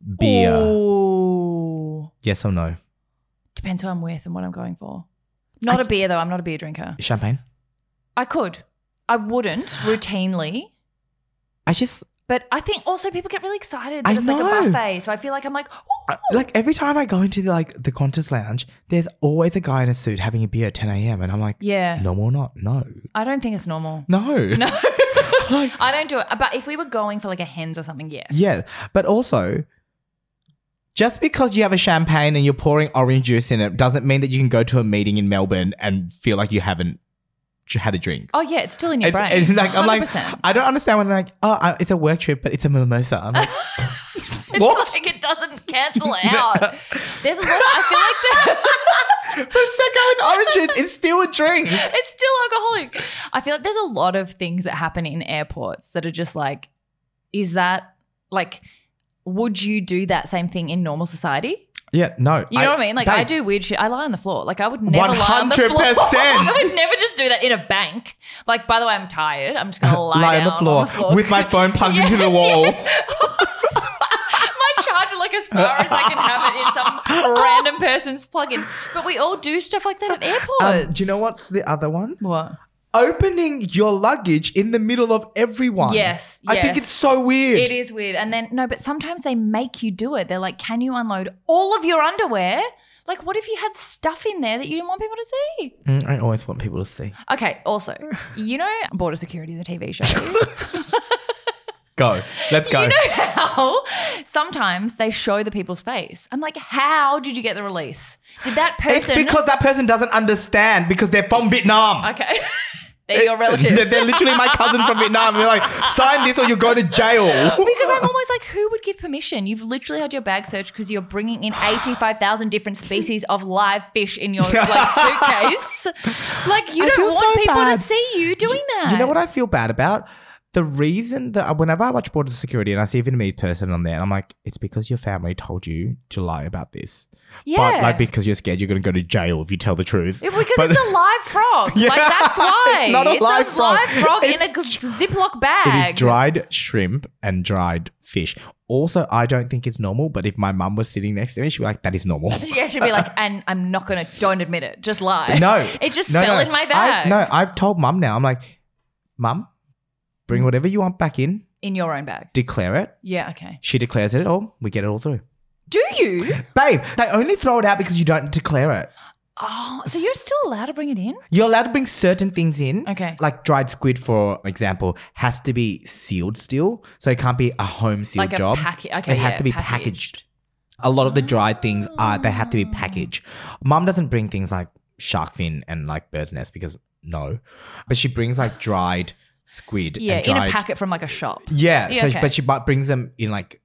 S2: Beer.
S1: Ooh.
S2: Yes or no?
S1: Depends who I'm with and what I'm going for. Not
S2: I-
S1: a beer though. I'm not a beer drinker.
S2: Champagne?
S1: I could. I wouldn't routinely.
S2: I just
S1: But I think also people get really excited that
S2: I
S1: it's like
S2: know.
S1: a buffet. So I feel like I'm like, oh,
S2: I- like every time I go into the, like the Qantas lounge, there's always a guy in a suit having a beer at 10 a.m. and I'm like,
S1: yeah.
S2: normal or not? No,
S1: I don't think it's normal.
S2: no,
S1: No.
S2: like
S1: I don't do it. But if we were going for like a hens or something, yes.
S2: yeah. But also, just because you have a champagne and you're pouring orange juice in it doesn't mean that you can go to a meeting in Melbourne and feel like you haven't had a drink.
S1: Oh, yeah. It's still in your
S2: It's,
S1: brain.
S2: it's like I'm like
S1: 100%.
S2: I don't understand when they're like oh I- it's a work trip but it's a mimosa. I'm like,
S1: It's
S2: what?
S1: like it doesn't cancel out. There's a lot. I feel like the,
S2: Prosecco with oranges is still a drink.
S1: it's still alcoholic. I feel like there's a lot of things that happen in airports that are just like, is that like, would you do that same thing in normal society?
S2: Yeah, no.
S1: You know what I mean? Like I
S2: babe,
S1: do weird shit. I lie on the floor. Like I would never lie on the floor.
S2: 100%.
S1: I would never just do that in a bank. Like by the way, I'm tired. I'm just gonna lie,
S2: lie
S1: down
S2: on the floor with my phone plugged
S1: Yes,
S2: into the wall.
S1: yes. my charger like like as far as I can have it in some random person's plug-in. But we all do stuff like that at airports.
S2: Um, do you know what's the other one?
S1: What?
S2: Opening your luggage in the middle of everyone.
S1: Yes,
S2: I think
S1: yes.
S2: it's so weird.
S1: It is weird. And then no, but sometimes they make you do it. They're like, "Can you unload all of your underwear?" Like, what if you had stuff in there that you didn't want people to see?
S2: Mm, I always want people to see.
S1: Okay. Also, you know, Border Security, the TV show.
S2: Go. Let's go.
S1: You know how sometimes they show the people's face. I'm like, how did you get the release? Did that
S2: it's
S1: person?
S2: because that person doesn't understand because they're from Vietnam.
S1: okay, they're your relatives.
S2: They're, they're literally my cousin from Vietnam. They're like, sign this or you go to jail.
S1: Because I'm almost like, who would give permission? You've literally had your bag searched because you're bringing in 85,000 different species of live fish in your like, suitcase. Like, you
S2: I feel
S1: don't want
S2: so
S1: people
S2: bad.
S1: to see you doing that.
S2: You know what I feel bad about? The reason that whenever I watch Border Security and I see a Vietnamese person on there, and I'm like, it's because your family told you to lie about this.
S1: Yeah.
S2: But like because you're scared you're going to go to jail if you tell the truth.
S1: It- because
S2: But-
S1: it's a live frog.
S2: Yeah.
S1: Like, that's why.
S2: It's not a live frog.
S1: live frog in a
S2: It's
S1: g- Ziploc
S2: It
S1: bag.
S2: is dried shrimp and dried fish. Also, I don't think it's normal, but if my mum was sitting next to me, she'd be like, that is normal.
S1: Yeah, she'd be like, and I'm not going to, don't admit it. Just lie.
S2: No.
S1: It just
S2: no,
S1: fell
S2: no.
S1: in my
S2: I've-
S1: bag.
S2: no, I've told mum now. I'm like, mum,
S1: Mm.
S2: bring whatever you want back in,
S1: In your own bag.
S2: declare it.
S1: Yeah, okay.
S2: She declares it all. We get it all through.
S1: Do you?
S2: Babe, they only throw it out because you don't declare it.
S1: Oh, so you're still allowed to bring it in?
S2: You're allowed to bring certain things in.
S1: Okay.
S2: Like dried squid, for example, has to be sealed still. So it can't be a home sealed
S1: Like a
S2: job.
S1: packet- okay,
S2: it has
S1: yeah,
S2: to be
S1: packaged.
S2: packaged. A lot of the dried things are they have to be packaged. Mum doesn't bring things like shark fin and like bird's nest because no. But she brings like dried squid.
S1: Yeah,
S2: and dried,
S1: in a packet from like a shop.
S2: Yeah.
S1: Yeah,
S2: so
S1: okay.
S2: but she bu- brings them in like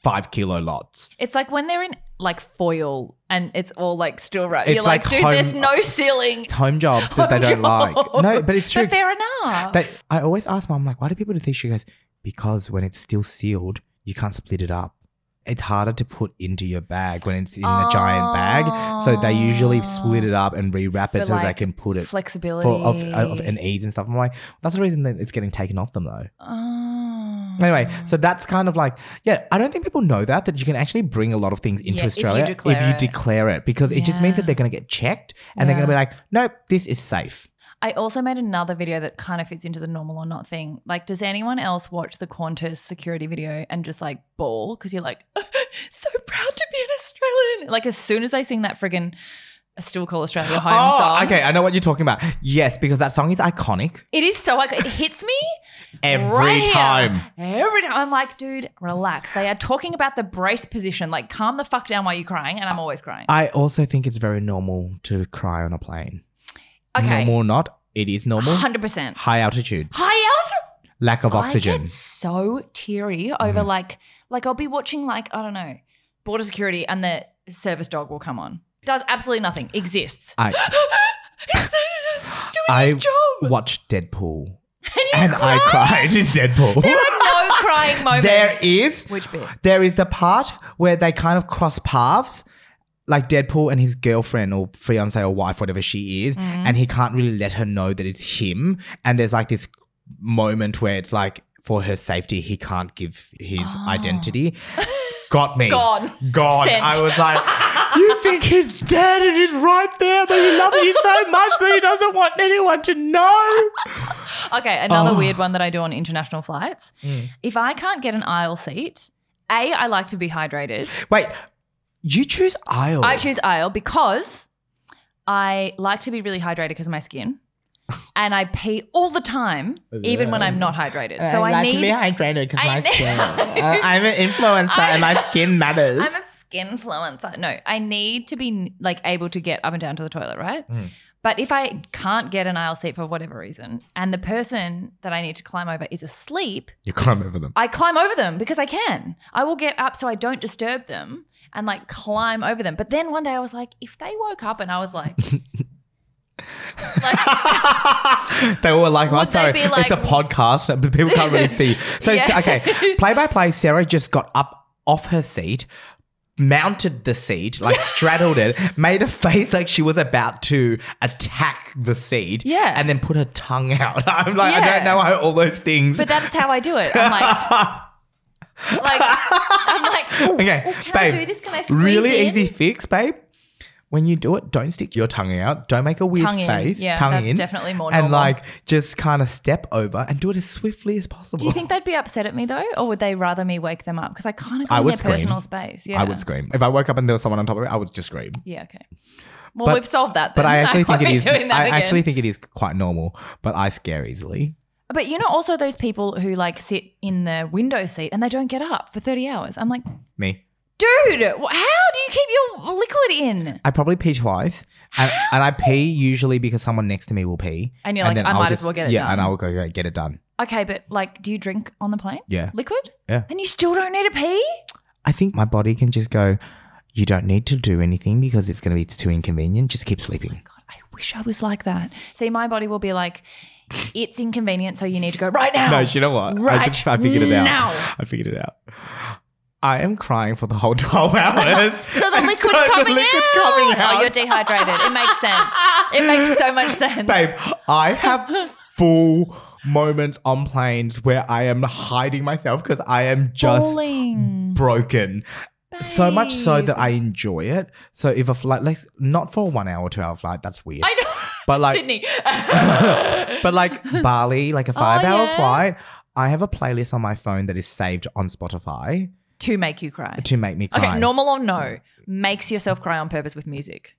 S2: five kilo lots.
S1: It's like when they're in like foil and it's all like still right. You're
S2: It's
S1: like,
S2: like
S1: dude,
S2: home-
S1: there's no ceiling.
S2: It's home jobs that they don't like. No, but it's true.
S1: But fair enough.
S2: They, I always ask mom, like, why do people do this? She goes, because when it's still sealed, you can't split it up. It's harder to put into your bag when it's in the giant bag. So they usually split it up and rewrap
S1: For,
S2: it so they
S1: like,
S2: can put it
S1: Flexibility.
S2: for, of, of an e- ease and stuff. I'm like, that's the reason that it's getting taken off them though.
S1: Oh.
S2: Anyway, so that's kind of like, yeah, I don't think people know that, that you can actually bring a lot of things into
S1: Yeah, if you
S2: Australia if you
S1: declare
S2: declare,
S1: it.
S2: it. because it just means
S1: Yeah.
S2: that they're going to get checked and they're going to be like, nope, this is safe.
S1: I also made another video that kind of fits into the normal or not thing. Like, does anyone else watch the Qantas security video and just like bawl? Because you're like, so proud to be an Australian. Like, as soon as they sing that friggin' I still call Australia home
S2: oh,
S1: song.
S2: okay, I know what you're talking about. Yes, because that song is iconic.
S1: It is so like it hits me
S2: every
S1: right here.
S2: time.
S1: Every time I'm like, dude, relax. They are talking about the brace position. Like, calm the fuck down while you're crying, and I'm always crying.
S2: I also think it's very normal to cry on a plane.
S1: Okay,
S2: Normal or not, it is normal.
S1: hundred percent.
S2: High altitude,
S1: High altitude.
S2: lack of
S1: I
S2: oxygen. Mm-hmm.
S1: get so teary over like like I'll be watching like I don't know border security and the service dog will come on. Does absolutely nothing. Exists.
S2: I,
S1: It's just doing
S2: I
S1: his job.
S2: watched Deadpool
S1: And, you
S2: and
S1: cry.
S2: I cried in
S1: There
S2: Deadpool.
S1: are no crying moments.
S2: there is
S1: which bit?
S2: there is the part where they kind of cross paths. Like Deadpool and his girlfriend or fiance or wife, whatever she is,
S1: Mm.
S2: and he can't really let her know that it's him. And there's like this moment where it's like for her safety, he can't give his identity. Got me.
S1: Gone. Oh.
S2: God,
S1: Sent.
S2: I was like, you think he's dead and he's right there, but he loves you so much that he doesn't want anyone to know.
S1: Okay, another
S2: Oh. Mm.
S1: weird one that I do on international flights. If I can't get an aisle seat, a I like to be hydrated.
S2: Wait, you choose aisle.
S1: I choose aisle because I like to be really hydrated because of my skin. And I pee all the time, even when I'm not hydrated.
S2: Uh,
S1: So I, need.
S2: hydrated because
S1: I my need- skin. I-
S2: uh, I'm an influencer
S1: I- and my
S2: skin matters.
S1: I'm a skin influencer. No, I need to be like able to get up and down to the toilet, right?
S2: Mm.
S1: But if I can't get an aisle seat for whatever reason, and the person that I need to climb over is asleep,
S2: you climb over them.
S1: I climb over them because I can. I will get up so I don't disturb them and like climb over them. But then one day I was like, if they woke up and I was like, like
S2: they were like,
S1: Would
S2: oh,
S1: they
S2: sorry,
S1: be like-
S2: it's a podcast, but people can't really see. So,
S1: Yeah.
S2: so- okay, play by play, Sarah just got up off her seat, mounted the seat, like straddled it, made a face like she was about to attack the seat,
S1: Yeah.
S2: and then put her tongue out. I'm like, I
S1: Yeah.
S2: don't know how all those things.
S1: but that's how I do it. I'm like, Like, I'm like,
S2: Okay,
S1: well, can
S2: babe.
S1: I do this? Can I squeeze
S2: really
S1: in?
S2: easy fix, babe. When you do it, don't stick your tongue out. Don't make a weird
S1: Tongue in.
S2: face.
S1: Yeah,
S2: tongue
S1: that's
S2: in.
S1: definitely more
S2: And
S1: normal.
S2: like, just kind of step over and do it as swiftly as possible.
S1: Do you think they'd be upset at me though, or would they rather me wake them up? Because I kind of
S2: I
S1: go in
S2: would
S1: their
S2: scream.
S1: personal space. Yeah,
S2: I would scream if I woke up and there was someone on top of me. I would just scream.
S1: Yeah, okay. Well,
S2: But-
S1: we've solved that.
S2: But
S1: then.
S2: I actually
S1: won't
S2: think it
S1: be
S2: is.
S1: doing that
S2: I
S1: again.
S2: actually think it is quite normal. But I scare easily.
S1: But you know, also those people who like sit in the window seat and they don't get up for thirty hours. I'm like,
S2: Me.
S1: dude, wh- how do you keep your liquid in?
S2: I probably pee twice, and, and I pee usually because someone next to me will pee,
S1: And you're like,
S2: then
S1: I
S2: I'll
S1: might as
S2: just-
S1: well get it
S2: yeah,
S1: done.
S2: and I will go "Yeah, get it done.
S1: Okay, but like, do you drink on the plane?
S2: Yeah,
S1: Liquid?
S2: Yeah.
S1: And you still don't need a pee?
S2: I think my body can just go. You don't need to do anything because it's going to be too inconvenient. Just keep sleeping.
S1: God, I wish I was like that. See, my body will be like, it's inconvenient, so you need to go right now.
S2: No, you know what? I
S1: Right
S2: just I figured it out.
S1: now.
S2: I figured it out. I am crying for the whole twelve hours.
S1: so the
S2: And
S1: liquid's,
S2: so the
S1: coming,
S2: liquid's
S1: out.
S2: coming out.
S1: Oh, you're dehydrated. It makes sense. It makes so much sense.
S2: Babe, I have full moments on planes where I am hiding myself because I am just
S1: Falling.
S2: broken. So much so
S1: Babe.
S2: that I enjoy it. So if a flight, like, not for a one hour, two hour flight, that's weird.
S1: I know.
S2: but like,
S1: Sydney.
S2: but like Bali, like a five hour
S1: Oh, yeah.
S2: flight, I have a playlist on my phone that is saved on Spotify
S1: to make you cry.
S2: to make me cry.
S1: Okay, normal or no, makes yourself cry on purpose with music.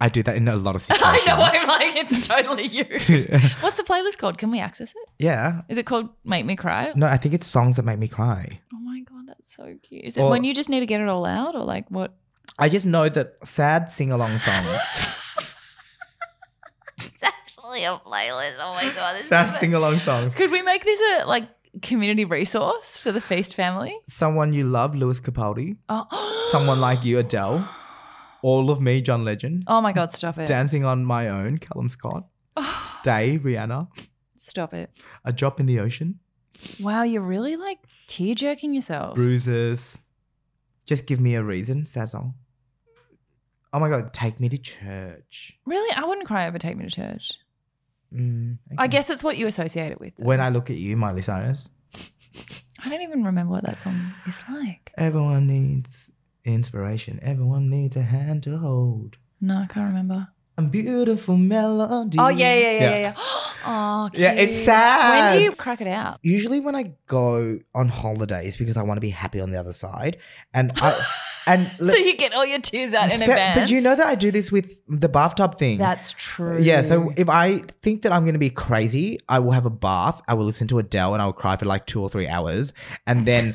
S2: I do that in a lot of
S1: I
S2: situations.
S1: know, I'm like, it's totally you. What's the playlist called? Can we access it?
S2: yeah.
S1: Is it called Make Me Cry?
S2: No, I think it's songs that make me cry.
S1: Oh my god, that's so cute. Is it
S2: Or-
S1: when you just need to get it all out, or like what?
S2: I just know that sad sing along songs.
S1: It's actually a playlist. Oh my god, this
S2: sad sing along songs.
S1: Could we make this a like community resource for the feast family?
S2: Someone you love, Lewis Capaldi.
S1: Oh,
S2: Someone like you, Adele. All of me, John Legend.
S1: Oh my god, stop it!
S2: Dancing on my own, Callum Scott. Stay, Rihanna.
S1: Stop it!
S2: A drop in the ocean.
S1: Wow, you're really like tear jerking yourself.
S2: Bruises. Just give me a reason, sad song. Oh my god, take me to church.
S1: Really, I wouldn't cry over "Take Me to Church."
S2: Mm,
S1: I
S2: okay.
S1: guess it's what you associate it with. though.
S2: when I look at you, Miley Cyrus.
S1: I don't even remember what that song is like.
S2: Everyone needs inspiration. Everyone needs a hand to hold.
S1: No, I can't remember.
S2: A beautiful melody.
S1: Oh yeah, yeah, yeah, yeah, yeah. oh,
S2: Yeah, it's
S1: cute.
S2: sad.
S1: When do you crack it out?
S2: Usually when I go on holidays because I want to be happy on the other side, and I and
S1: so you get all your tears out in
S2: se-
S1: advance.
S2: but you know that I do this with the bathtub thing.
S1: that's true.
S2: yeah, so if I think that I'm going to be crazy, I will have a bath, I will listen to Adele, and I'll cry for like two or three hours. And then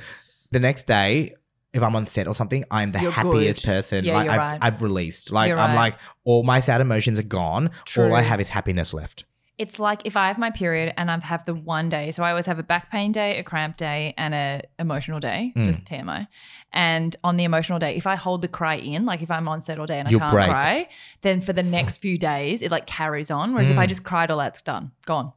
S2: the next day, if I'm on set or something, I'm the
S1: You're
S2: happiest
S1: good.
S2: person.
S1: Yeah,
S2: like
S1: you're
S2: I've,
S1: right.
S2: I've released. Like
S1: You're
S2: I'm
S1: right.
S2: like, all my sad emotions are gone.
S1: True.
S2: All I have is happiness left.
S1: it's like if I have my period and I have the one day. So I always have a back pain day, a cramp day, and a emotional day,
S2: Mm.
S1: just TMI. And on the emotional day, if I hold the cry in, like if I'm on set all day and
S2: You'll
S1: I can't
S2: break.
S1: cry, then for the next few days it like carries on. Whereas if
S2: Mm.
S1: I just cried, all that's done, gone.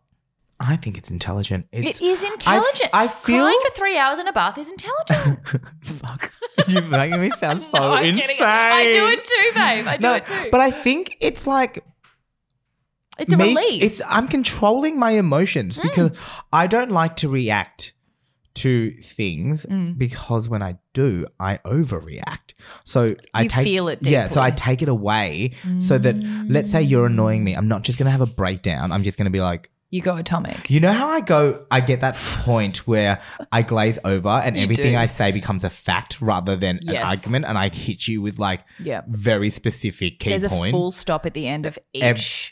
S2: I think it's intelligent. It's
S1: It's, intelligent.
S2: I feel-
S1: crying for three hours in a bath is intelligent.
S2: fuck. You're making me sound so
S1: No, I'm kidding.
S2: insane.
S1: I do it too, babe. I do
S2: No,
S1: it too.
S2: but I think it's like
S1: it's a
S2: me-
S1: release. Mm.
S2: It's I'm controlling my emotions because I don't like to react to things
S1: Mm.
S2: because when I do, I overreact. So I
S1: You
S2: take
S1: feel it
S2: Yeah, so I
S1: deeply.
S2: take it away so that let's say
S1: Mm.
S2: you're annoying me, I'm not just gonna have a breakdown. I'm just gonna be like,
S1: you go atomic.
S2: you know how I go? I get that point where I glaze over and
S1: You
S2: everything
S1: do.
S2: I say becomes a fact rather than an
S1: Yes.
S2: argument, and I hit you with like
S1: Yeah.
S2: very specific key
S1: There's a
S2: point.
S1: full stop at the end of each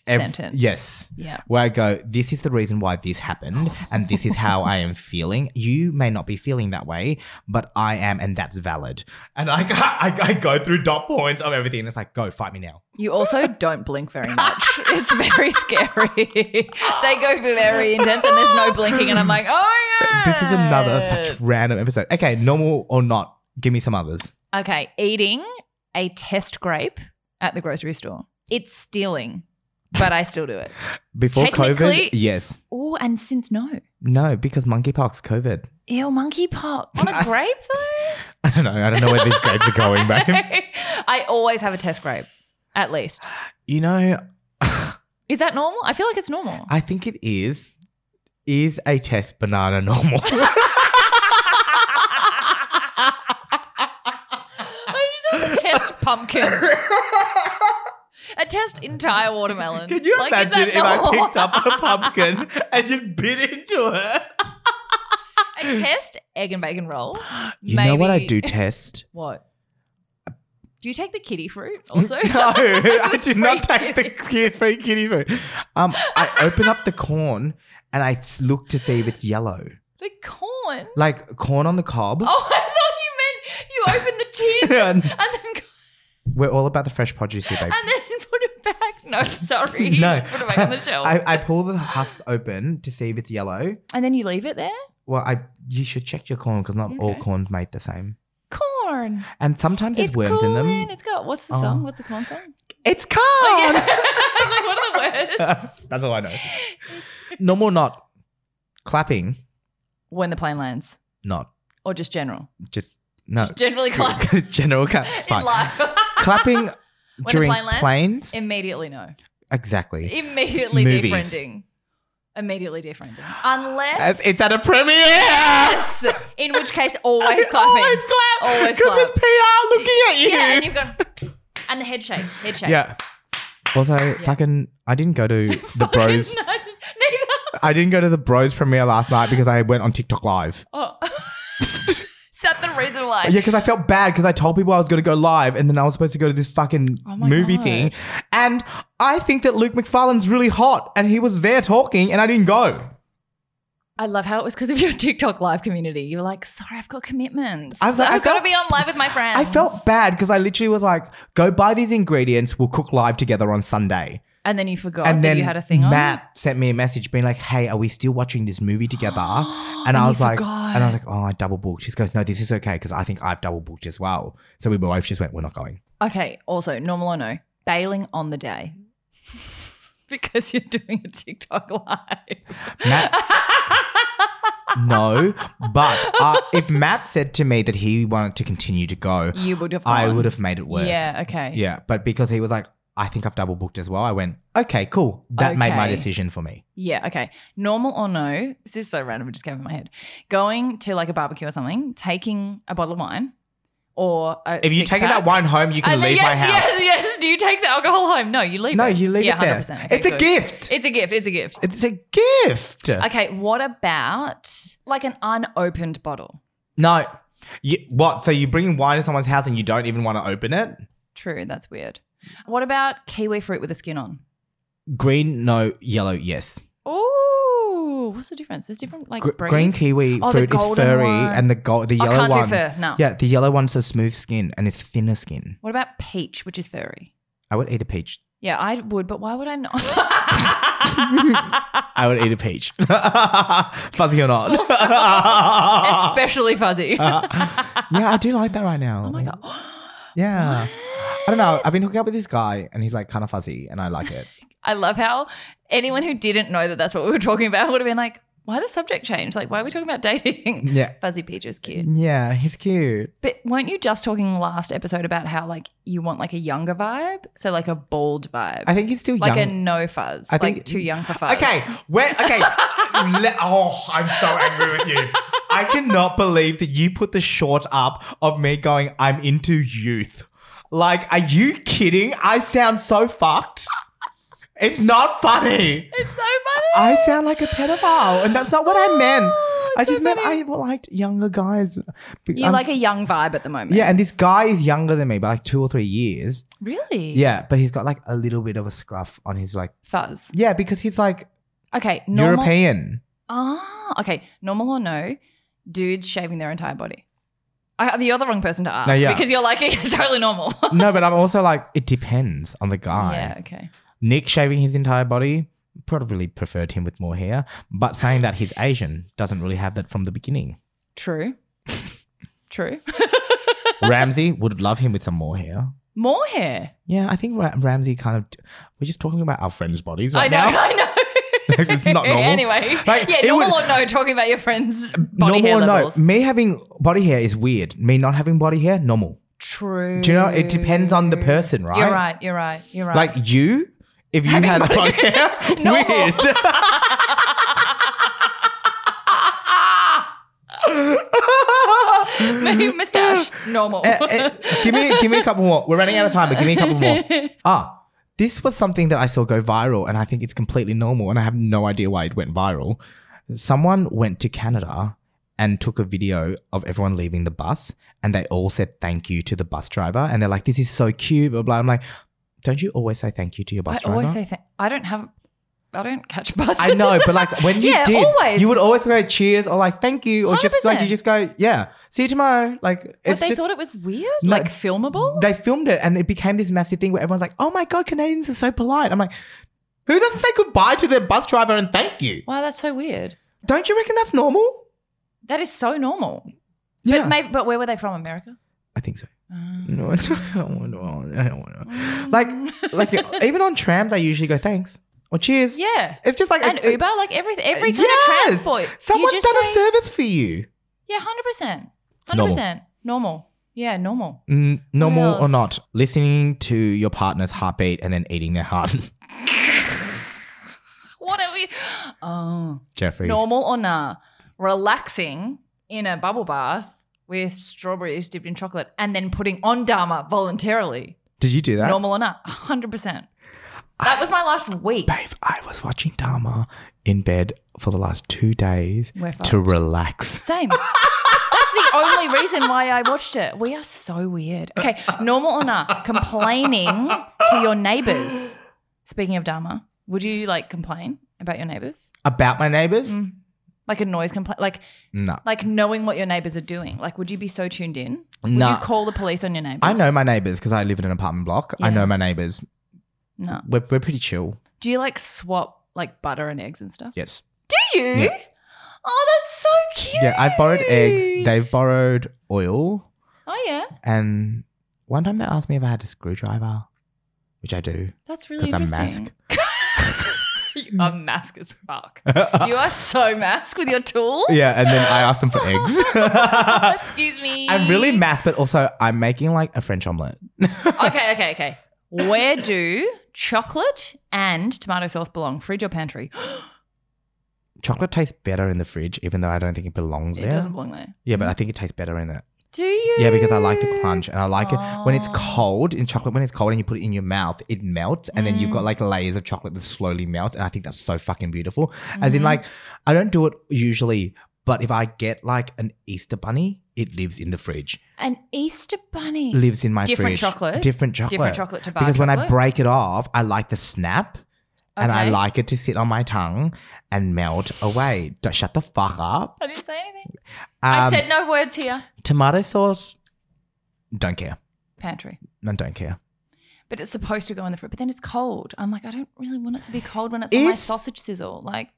S2: Ev- ev-
S1: sentence.
S2: Yes
S1: Yeah.
S2: where I go, this is the reason why this happened, and this is how I am feeling. You may not be feeling that way, but I am, and that's valid. And I, I, I go through dot points of everything. And it's like, go fight me now.
S1: You also don't blink very much. It's very scary. they go very intense and there's no blinking. And I'm like, oh, yeah.
S2: This is another such random episode. Okay, normal or not, give me some others.
S1: Okay. Eating a test grape at the grocery store. It's stealing, but I still do it.
S2: Before COVID,
S1: Technically-
S2: yes,
S1: Oh, and since no.
S2: no, because monkeypox, COVID.
S1: Ew, monkey pop. On a grape, though?
S2: I don't know. I don't know where these grapes are going, babe.
S1: I always have a test grape, at least.
S2: You know,
S1: Is that normal? I feel like it's normal.
S2: I think it is. Is a test banana normal?
S1: pumpkin. a test entire watermelon.
S2: Can you
S1: Like, is
S2: imagine
S1: that
S2: if I
S1: normal?
S2: picked up a pumpkin and just bit into it?
S1: a test egg and bacon roll?
S2: You know what I
S1: Maybe-
S2: do test?
S1: What? Do you take the kitty fruit also?
S2: No, I did not
S1: Free
S2: take
S1: kitty.
S2: the ki- free kitty food. Um, I open up the corn and I s- look to see if it's yellow,
S1: The corn.
S2: like corn on the cob.
S1: Oh, I thought you meant you open the tin
S2: And
S1: and then
S2: We're all about the fresh produce here, babe.
S1: and then put it back. No, sorry.
S2: no,
S1: Just put it back on the shelf.
S2: I, I pull the husk open to see if it's yellow.
S1: and then you leave it there?
S2: Well, I you should check your corn because not all
S1: Okay.
S2: corn's made the same.
S1: Corn.
S2: And sometimes there's
S1: it's
S2: worms
S1: cool
S2: in them.
S1: and it's got what's the
S2: Oh.
S1: song? What's the corn song?
S2: It's corn.
S1: Oh, yeah. I'm like, what are the words?
S2: That's all I know. Normal not clapping,
S1: When the plane lands.
S2: not
S1: Or just general.
S2: just no.
S1: Generally clap
S2: General clap.
S1: in
S2: Fine.
S1: life.
S2: Clapping
S1: the
S2: during
S1: plane lands?
S2: planes.
S1: Immediately no.
S2: exactly.
S1: Immediately
S2: Movies.
S1: defriending. Immediately defriending. Unless
S2: As- is that a premiere?
S1: Yes. In which case, always
S2: I
S1: clapping.
S2: Always clap.
S1: Always
S2: Because
S1: clap.
S2: it's PR looking at you.
S1: yeah, and you've gone. And the head shake, head shake.
S2: Yeah. Also, fucking, I didn't go to the
S1: Fucking
S2: bros.
S1: nut- Neither.
S2: I didn't go to the bros premiere last night because I went on TikTok live.
S1: Oh. Is that the reason why?
S2: Yeah, because I felt bad because I told people I was going to go live and then I was supposed to go to this fucking
S1: Oh my
S2: movie
S1: God.
S2: thing. And I think that Luke McFarlane's really hot and he was there talking and I didn't go.
S1: I love how it was because of your TikTok live community. You were like, sorry, I've got commitments.
S2: I
S1: I
S2: was like, I
S1: have got to
S2: felt-
S1: be on live with my friends.
S2: I felt bad because I literally was like, go buy these ingredients. We'll cook live together on Sunday.
S1: And then you forgot
S2: and
S1: Oh, that
S2: then
S1: you had a thing
S2: Matt sent me a message being like, "Hey, are we still watching this movie together?" and, I
S1: you
S2: was like,
S1: forgot.
S2: "And I was like, oh, I double booked." She goes, "No, this is okay because I think I've double booked as well." So we both just went, "We're not going."
S1: on. Okay, also, normal or no, bailing on the day. because you're doing a TikTok live.
S2: Matt, no, but uh, if Matt said to me that he wanted to continue to go,
S1: you would have gone.
S2: I would have made it work.
S1: Yeah, okay.
S2: yeah, but because he was like, "I think I've double booked as well," I went, "Okay, cool." That made my
S1: Okay.
S2: decision for me.
S1: Yeah, okay. Normal or no, this is so random, it just came in my head. Going to like a barbecue or something, taking a bottle of wine or a
S2: If you
S1: six
S2: take
S1: pack,
S2: that wine home, you can
S1: and then-
S2: leave
S1: yes,
S2: my house.
S1: Yes, yes, Do you take the alcohol home? No, you leave
S2: No,
S1: it.
S2: you leave
S1: yeah,
S2: it there.
S1: 100%. Okay,
S2: it's a
S1: good.
S2: gift.
S1: It's a gift. It's a gift.
S2: It's a gift.
S1: Okay, what about like an unopened bottle?
S2: No. You, what? So you bring wine to someone's house and you don't even want to open it?
S1: True, that's weird. What about kiwi fruit with a skin on?
S2: Green, no. Yellow, yes.
S1: Ooh, what's the difference? There's different like
S2: Gr-
S1: breeds.
S2: green kiwi
S1: Oh, the
S2: fruit is
S1: golden
S2: furry
S1: one.
S2: and the gold, the
S1: Oh,
S2: yellow
S1: can't
S2: one.
S1: do fur. No.
S2: Yeah, the yellow one's a smooth skin and it's thinner skin.
S1: What about peach, which is furry?
S2: I would eat a peach.
S1: Yeah, I would, but why would I not?
S2: I would eat a peach. Fuzzy or not.
S1: Especially fuzzy.
S2: Ah. yeah, I do like that right now.
S1: oh my god.
S2: Yeah. I don't know. I've been hooking up with this guy and he's like kind of fuzzy and I like it.
S1: I love how anyone who didn't know that that's what we were talking about would have been like, why the subject changed? Like, why are we talking about dating?
S2: Yeah.
S1: Fuzzy Peach is cute.
S2: Yeah, he's cute.
S1: But weren't you just talking last episode about how like you want like a younger vibe? So like a bald vibe.
S2: I think he's still
S1: like
S2: young.
S1: a no fuzz.
S2: I think-
S1: like too young for fuzz.
S2: Okay, where? Okay, Le- oh, I'm so angry with you. I cannot believe that you put the short up of me going. I'm into youth. Like, are you kidding? I sound so fucked. It's not funny.
S1: It's so funny.
S2: I sound like a pedophile, and that's not what I meant.
S1: Oh,
S2: I
S1: it's
S2: just
S1: so
S2: meant
S1: funny.
S2: I liked younger guys.
S1: You like a young vibe at the moment.
S2: yeah, and this guy is younger than me by like two or three years.
S1: Really?
S2: Yeah, but he's got like a little bit of a scruff on his like.
S1: Fuzz.
S2: Yeah, because he's like
S1: Okay. Normal.
S2: European.
S1: Ah, okay. Normal or no, dudes shaving their entire body. I, you're the wrong person to ask
S2: No, yeah.
S1: because you're like "Yeah, totally normal.
S2: no, but I'm also like, it depends on the guy.
S1: yeah, okay.
S2: Nick shaving his entire body, probably preferred him with more hair. But saying that he's Asian doesn't really have that from the beginning.
S1: True. True.
S2: Ramsey would love him with some more hair.
S1: More hair.
S2: Yeah, I think Ra- Ramsey kind of. We're just talking about our friends' bodies right
S1: I know.
S2: now.
S1: I know.
S2: It's not normal.
S1: anyway,
S2: Like,
S1: yeah,
S2: it
S1: normal
S2: would-
S1: or no, talking about your friends' body
S2: Normal
S1: hair
S2: or
S1: levels.
S2: no? Me having body hair is weird. Me not having body hair, normal.
S1: True.
S2: Do you know? It depends on the person, right?
S1: Mm, You're right. You're right. You're right.
S2: Like you, if you
S1: Having
S2: had
S1: body-
S2: body hair,
S1: Normal.
S2: weird.
S1: my mustache normal.
S2: Eh, eh, give me give me a couple more. We're running out of time, but give me a couple more. Ah, this was something that I saw go viral, and I think it's completely normal, and I have no idea why it went viral. Someone went to Canada and took a video of everyone leaving the bus, and they all said thank you to the bus driver, and they're like, "This is so cute." Blah blah. I'm like, don't you always say thank you to your
S1: I
S2: bus driver?
S1: always say, th- I don't have, I don't catch buses.
S2: I know, but like when you
S1: Yeah,
S2: did,
S1: always.
S2: you would always go cheers or like thank you or just like you
S1: 100%.
S2: just go yeah, see you tomorrow. Like
S1: But
S2: it's
S1: they
S2: just
S1: thought it was weird,
S2: No,
S1: like filmable.
S2: they filmed it and it became this massive thing where everyone's like, oh my God, Canadians are so polite. I'm like, who doesn't say goodbye to their bus driver and thank you?
S1: wow, that's so weird.
S2: Don't you reckon that's normal?
S1: That is so normal.
S2: Yeah.
S1: But maybe, but where were they from? America.
S2: I think so.
S1: Um,
S2: No, I don't want to. I don't want
S1: Mm.
S2: to. Like, like even on trams, I usually go thanks or cheers.
S1: yeah,
S2: It's just like
S1: and
S2: it- it-
S1: Uber, like every every kind
S2: Yes!
S1: of transport. you
S2: Someone's
S1: just
S2: done a
S1: say-
S2: service for you.
S1: Yeah, hundred percent, hundred
S2: Normal.
S1: percent normal. Yeah, normal.
S2: Mm, normal or
S1: else?
S2: not, listening to your partner's heartbeat and then eating their heart.
S1: What are we? Oh,
S2: Jeffrey.
S1: normal or nah? Relaxing in a bubble bath with strawberries dipped in chocolate, and then putting on Dharma voluntarily.
S2: Did you do that?
S1: normal or not, 100%. That was my last week.
S2: Babe, I was watching Dharma in bed for the last two days
S1: We're
S2: to
S1: fucked.
S2: relax.
S1: Same. That's the only reason why I watched it. We are so weird. Okay, normal or not, complaining to your neighbors. Speaking of Dharma, would you like complain about your neighbors?
S2: About my neighbors?
S1: Mm. Like a noise complaint, like
S2: No.
S1: like knowing what your neighbors are doing. Like, would you be so tuned in? Would
S2: Nah.
S1: you call the police on your neighbors?
S2: I know my neighbors because I live in an apartment block. I
S1: Yeah.
S2: know my neighbors.
S1: No.
S2: We're, we're pretty chill.
S1: Do you like swap like butter and eggs and stuff?
S2: Yes.
S1: Do you?
S2: Yeah.
S1: Oh, that's so cute.
S2: Yeah, I've borrowed eggs. They've borrowed oil.
S1: Oh yeah,
S2: And one time they asked me if I had a screwdriver, which I do
S1: that's really
S2: because I'm
S1: interesting.
S2: mask.
S1: You are mask as fuck. you are so mask with your tools.
S2: yeah, and then I asked them for eggs.
S1: Excuse me.
S2: I'm really masked, but also I'm making like a French omelette.
S1: okay, okay, okay. Where do chocolate and tomato sauce belong? Fridge or pantry?
S2: Chocolate tastes better in the fridge, even though I don't think it belongs
S1: It
S2: there.
S1: doesn't Mm. belong there.
S2: Yeah, but I think it tastes better in it.
S1: Do you?
S2: Yeah, because I like the crunch and I like it when it's
S1: Oh.
S2: cold in chocolate. When it's cold and you put it in your mouth, it melts, and then you've
S1: Mm.
S2: got like layers of chocolate that slowly melt. And I think that's so fucking beautiful. As in,
S1: Mhm.
S2: like, I don't do it usually, but if I get like an Easter bunny, it lives in the fridge,
S1: An Easter bunny.
S2: lives in my
S1: Different
S2: fridge.
S1: chocolate?
S2: different chocolate,
S1: Different chocolate to bar
S2: Because when I
S1: chocolate?
S2: break it off, I like the snap. And I
S1: Okay.
S2: like it to sit on my tongue and melt away. Don't shut the fuck up.
S1: I didn't say anything. I
S2: Um,
S1: said no words here.
S2: tomato sauce. Don't care.
S1: Pantry.
S2: I don't care.
S1: But it's supposed to go in the fridge, but then it's cold. I'm like, I don't really want it to be cold when it's on my
S2: Is-
S1: sausage sizzle. Like,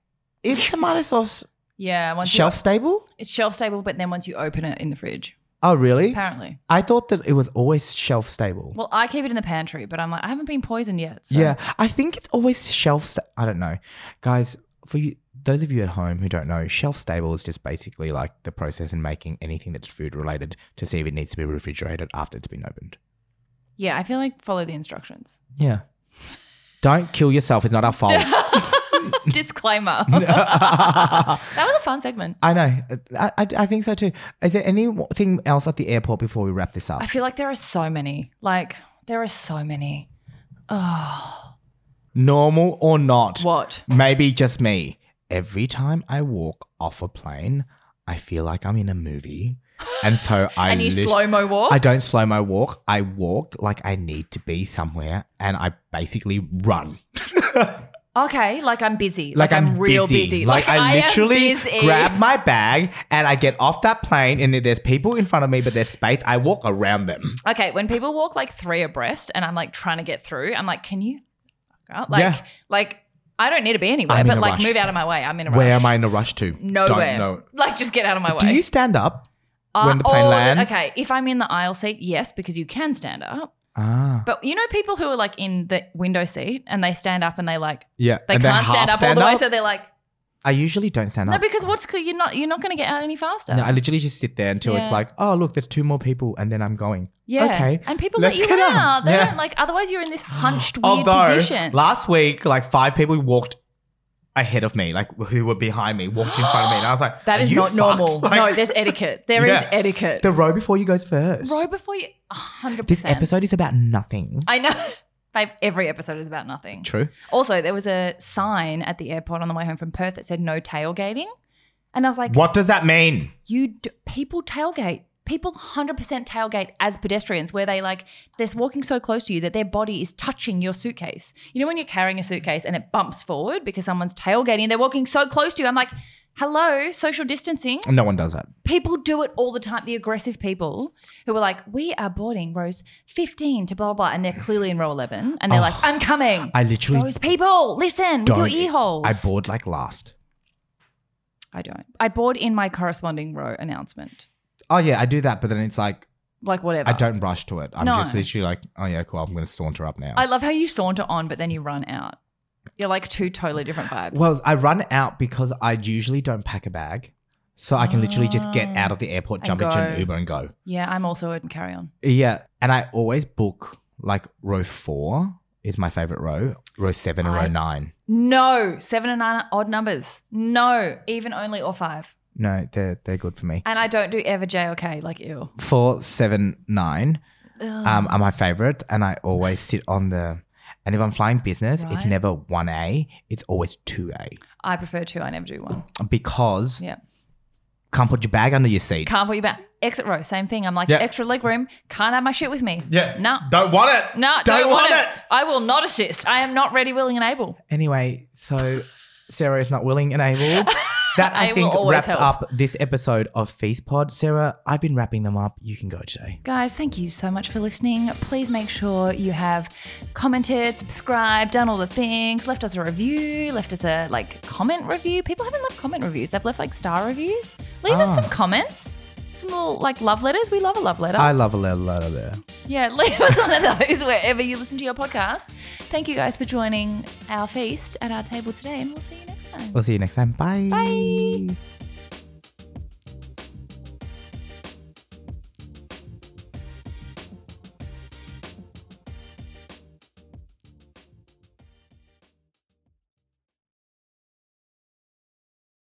S2: Is tomato sauce
S1: yeah, once you-
S2: shelf stable?
S1: it's shelf stable, but then once you open it in the fridge,
S2: Oh, really?
S1: apparently.
S2: I thought that it was always shelf stable.
S1: Well, I keep it in the pantry, but I'm like, I haven't been poisoned yet. So.
S2: Yeah, I think it's always shelf. Sta- I don't know, guys. For you, those of you at home who don't know, shelf stable is just basically like the process in making anything that's food related to see if it needs to be refrigerated after it's been opened.
S1: Yeah, I feel like follow the instructions.
S2: Yeah. Don't kill yourself. It's not our fault.
S1: Disclaimer.
S2: I
S1: That was a fun segment.
S2: know. I, I, I think so too. Is there anything else at the airport before we wrap this up?
S1: I feel like there are so many. Like, there are so many. Oh,
S2: Normal or not?
S1: what?
S2: Maybe just me. Every time I walk off a plane, I feel like I'm in a movie. And so I
S1: and you
S2: lit-
S1: slow mo walk?
S2: I don't slow my walk. I walk like I need to be somewhere and I basically run.
S1: okay, like I'm busy. Like, I'm, real busy.
S2: Like, I
S1: am
S2: literally
S1: busy.
S2: grab my bag and I get off that plane and there's people in front of me but there's space. I walk around them.
S1: Okay, when people walk like three abreast and I'm like trying to get through, I'm like, can you? Like,
S2: Yeah.
S1: like I don't need to be anywhere,
S2: I'm in
S1: but
S2: a
S1: like
S2: rush.
S1: move out of my way. I'm in a
S2: Where
S1: rush.
S2: am I in a rush to?
S1: Nowhere.
S2: Don't know.
S1: Like just get out of my way.
S2: Do you stand up?
S1: Uh,
S2: when the plane
S1: all
S2: lands?
S1: Okay, if I'm in the aisle seat, yes, because you can stand up.
S2: Ah.
S1: But you know people who are like in the window seat and they stand up and they like
S2: Yeah.
S1: they
S2: and then
S1: can't stand
S2: half
S1: up all the way, so they're like
S2: I usually don't stand
S1: no,
S2: up.
S1: because what's good? You're not you're not going to get out any faster.
S2: No, I literally just sit there until it's
S1: Yeah.
S2: like, oh, look, there's two more people, and then I'm going.
S1: yeah.
S2: okay,
S1: And people
S2: let's
S1: let you
S2: get up.
S1: out. They
S2: Yeah.
S1: don't like. Otherwise, you're in this hunched weird
S2: Although
S1: position.
S2: last week, like five people walked ahead of me, like who were behind me, walked in front of me, and I was like,
S1: That
S2: "Are
S1: is
S2: you
S1: not normal.
S2: fucked?" Like,
S1: no, there's etiquette. There is
S2: Yeah.
S1: etiquette.
S2: the row before you goes first.
S1: Row before you, hundred
S2: this
S1: percent.
S2: episode is about nothing.
S1: I know. Babe, every episode is about nothing.
S2: True.
S1: Also, there was a sign at the airport on the way home from Perth that said no tailgating, and I was like,
S2: What does that mean?
S1: you d- people tailgate. People 100% tailgate as pedestrians, where they like, they're walking so close to you that their body is touching your suitcase. You know, when you're carrying a suitcase and it bumps forward because someone's tailgating, they're walking so close to you. I'm like, hello, social distancing.
S2: No one does that.
S1: People do it all the time. The aggressive people who are like, we are boarding rows 15 to blah, blah, blah. And they're clearly in row 11. And they're
S2: Oh.
S1: like, I'm coming.
S2: I literally
S1: Those people, listen with your
S2: Don't-
S1: ear holes.
S2: I board like last.
S1: I don't. I board in my corresponding row announcement.
S2: Oh yeah, I do that, but then it's like
S1: Like, whatever.
S2: I don't rush to it. I'm
S1: No.
S2: just literally like, oh yeah, cool. I'm going to saunter up now.
S1: I love how you saunter on, but then you run out. You're like two totally different vibes.
S2: well, I run out because I usually don't pack a bag, so I can literally just get
S1: Ah.
S2: out of the airport,
S1: And
S2: jump into
S1: go.
S2: an Uber, and go.
S1: yeah, I'm also a carry on.
S2: Yeah, and I always book like row four is my favorite row, row seven and
S1: I-
S2: row nine.
S1: No, seven and nine are odd numbers. No, even only or five.
S2: No, they're they're good for me.
S1: And I don't do ever J or K, like ew.
S2: Four, seven, nine
S1: Ugh.
S2: um, are my favorite, and I always sit on the. And if I'm flying business, it's
S1: Right.
S2: never one A, it's always two A,
S1: I prefer two. I never do one.
S2: because
S1: Yeah.
S2: can't put your bag under your seat.
S1: Can't put you back. Exit row, same thing. I'm like,
S2: Yeah.
S1: extra leg room. Can't have my shit with me.
S2: Yeah.
S1: No.
S2: Don't want it.
S1: No, don't, want, it. I will not assist. I am not ready, willing, and able.
S2: Anyway, so Sarah is not willing and able. That I,
S1: I will
S2: think
S1: always
S2: wraps
S1: help.
S2: up this episode of Feast Pod. Sarah, I've been wrapping them up. You can go today.
S1: Guys, thank you so much for listening. Please make sure you have commented, subscribed, done all the things, left us a review, left us a like comment review. People haven't left comment reviews. They've left like star reviews. Leave us
S2: Ah.
S1: some comments. Some little like love letters. We love a love letter.
S2: I love a little letter there.
S1: yeah, leave us one of those wherever you listen to your podcast. Thank you guys for joining our feast at our table today, and we'll see you next time.
S2: We'll see you next time. Bye.
S1: Bye.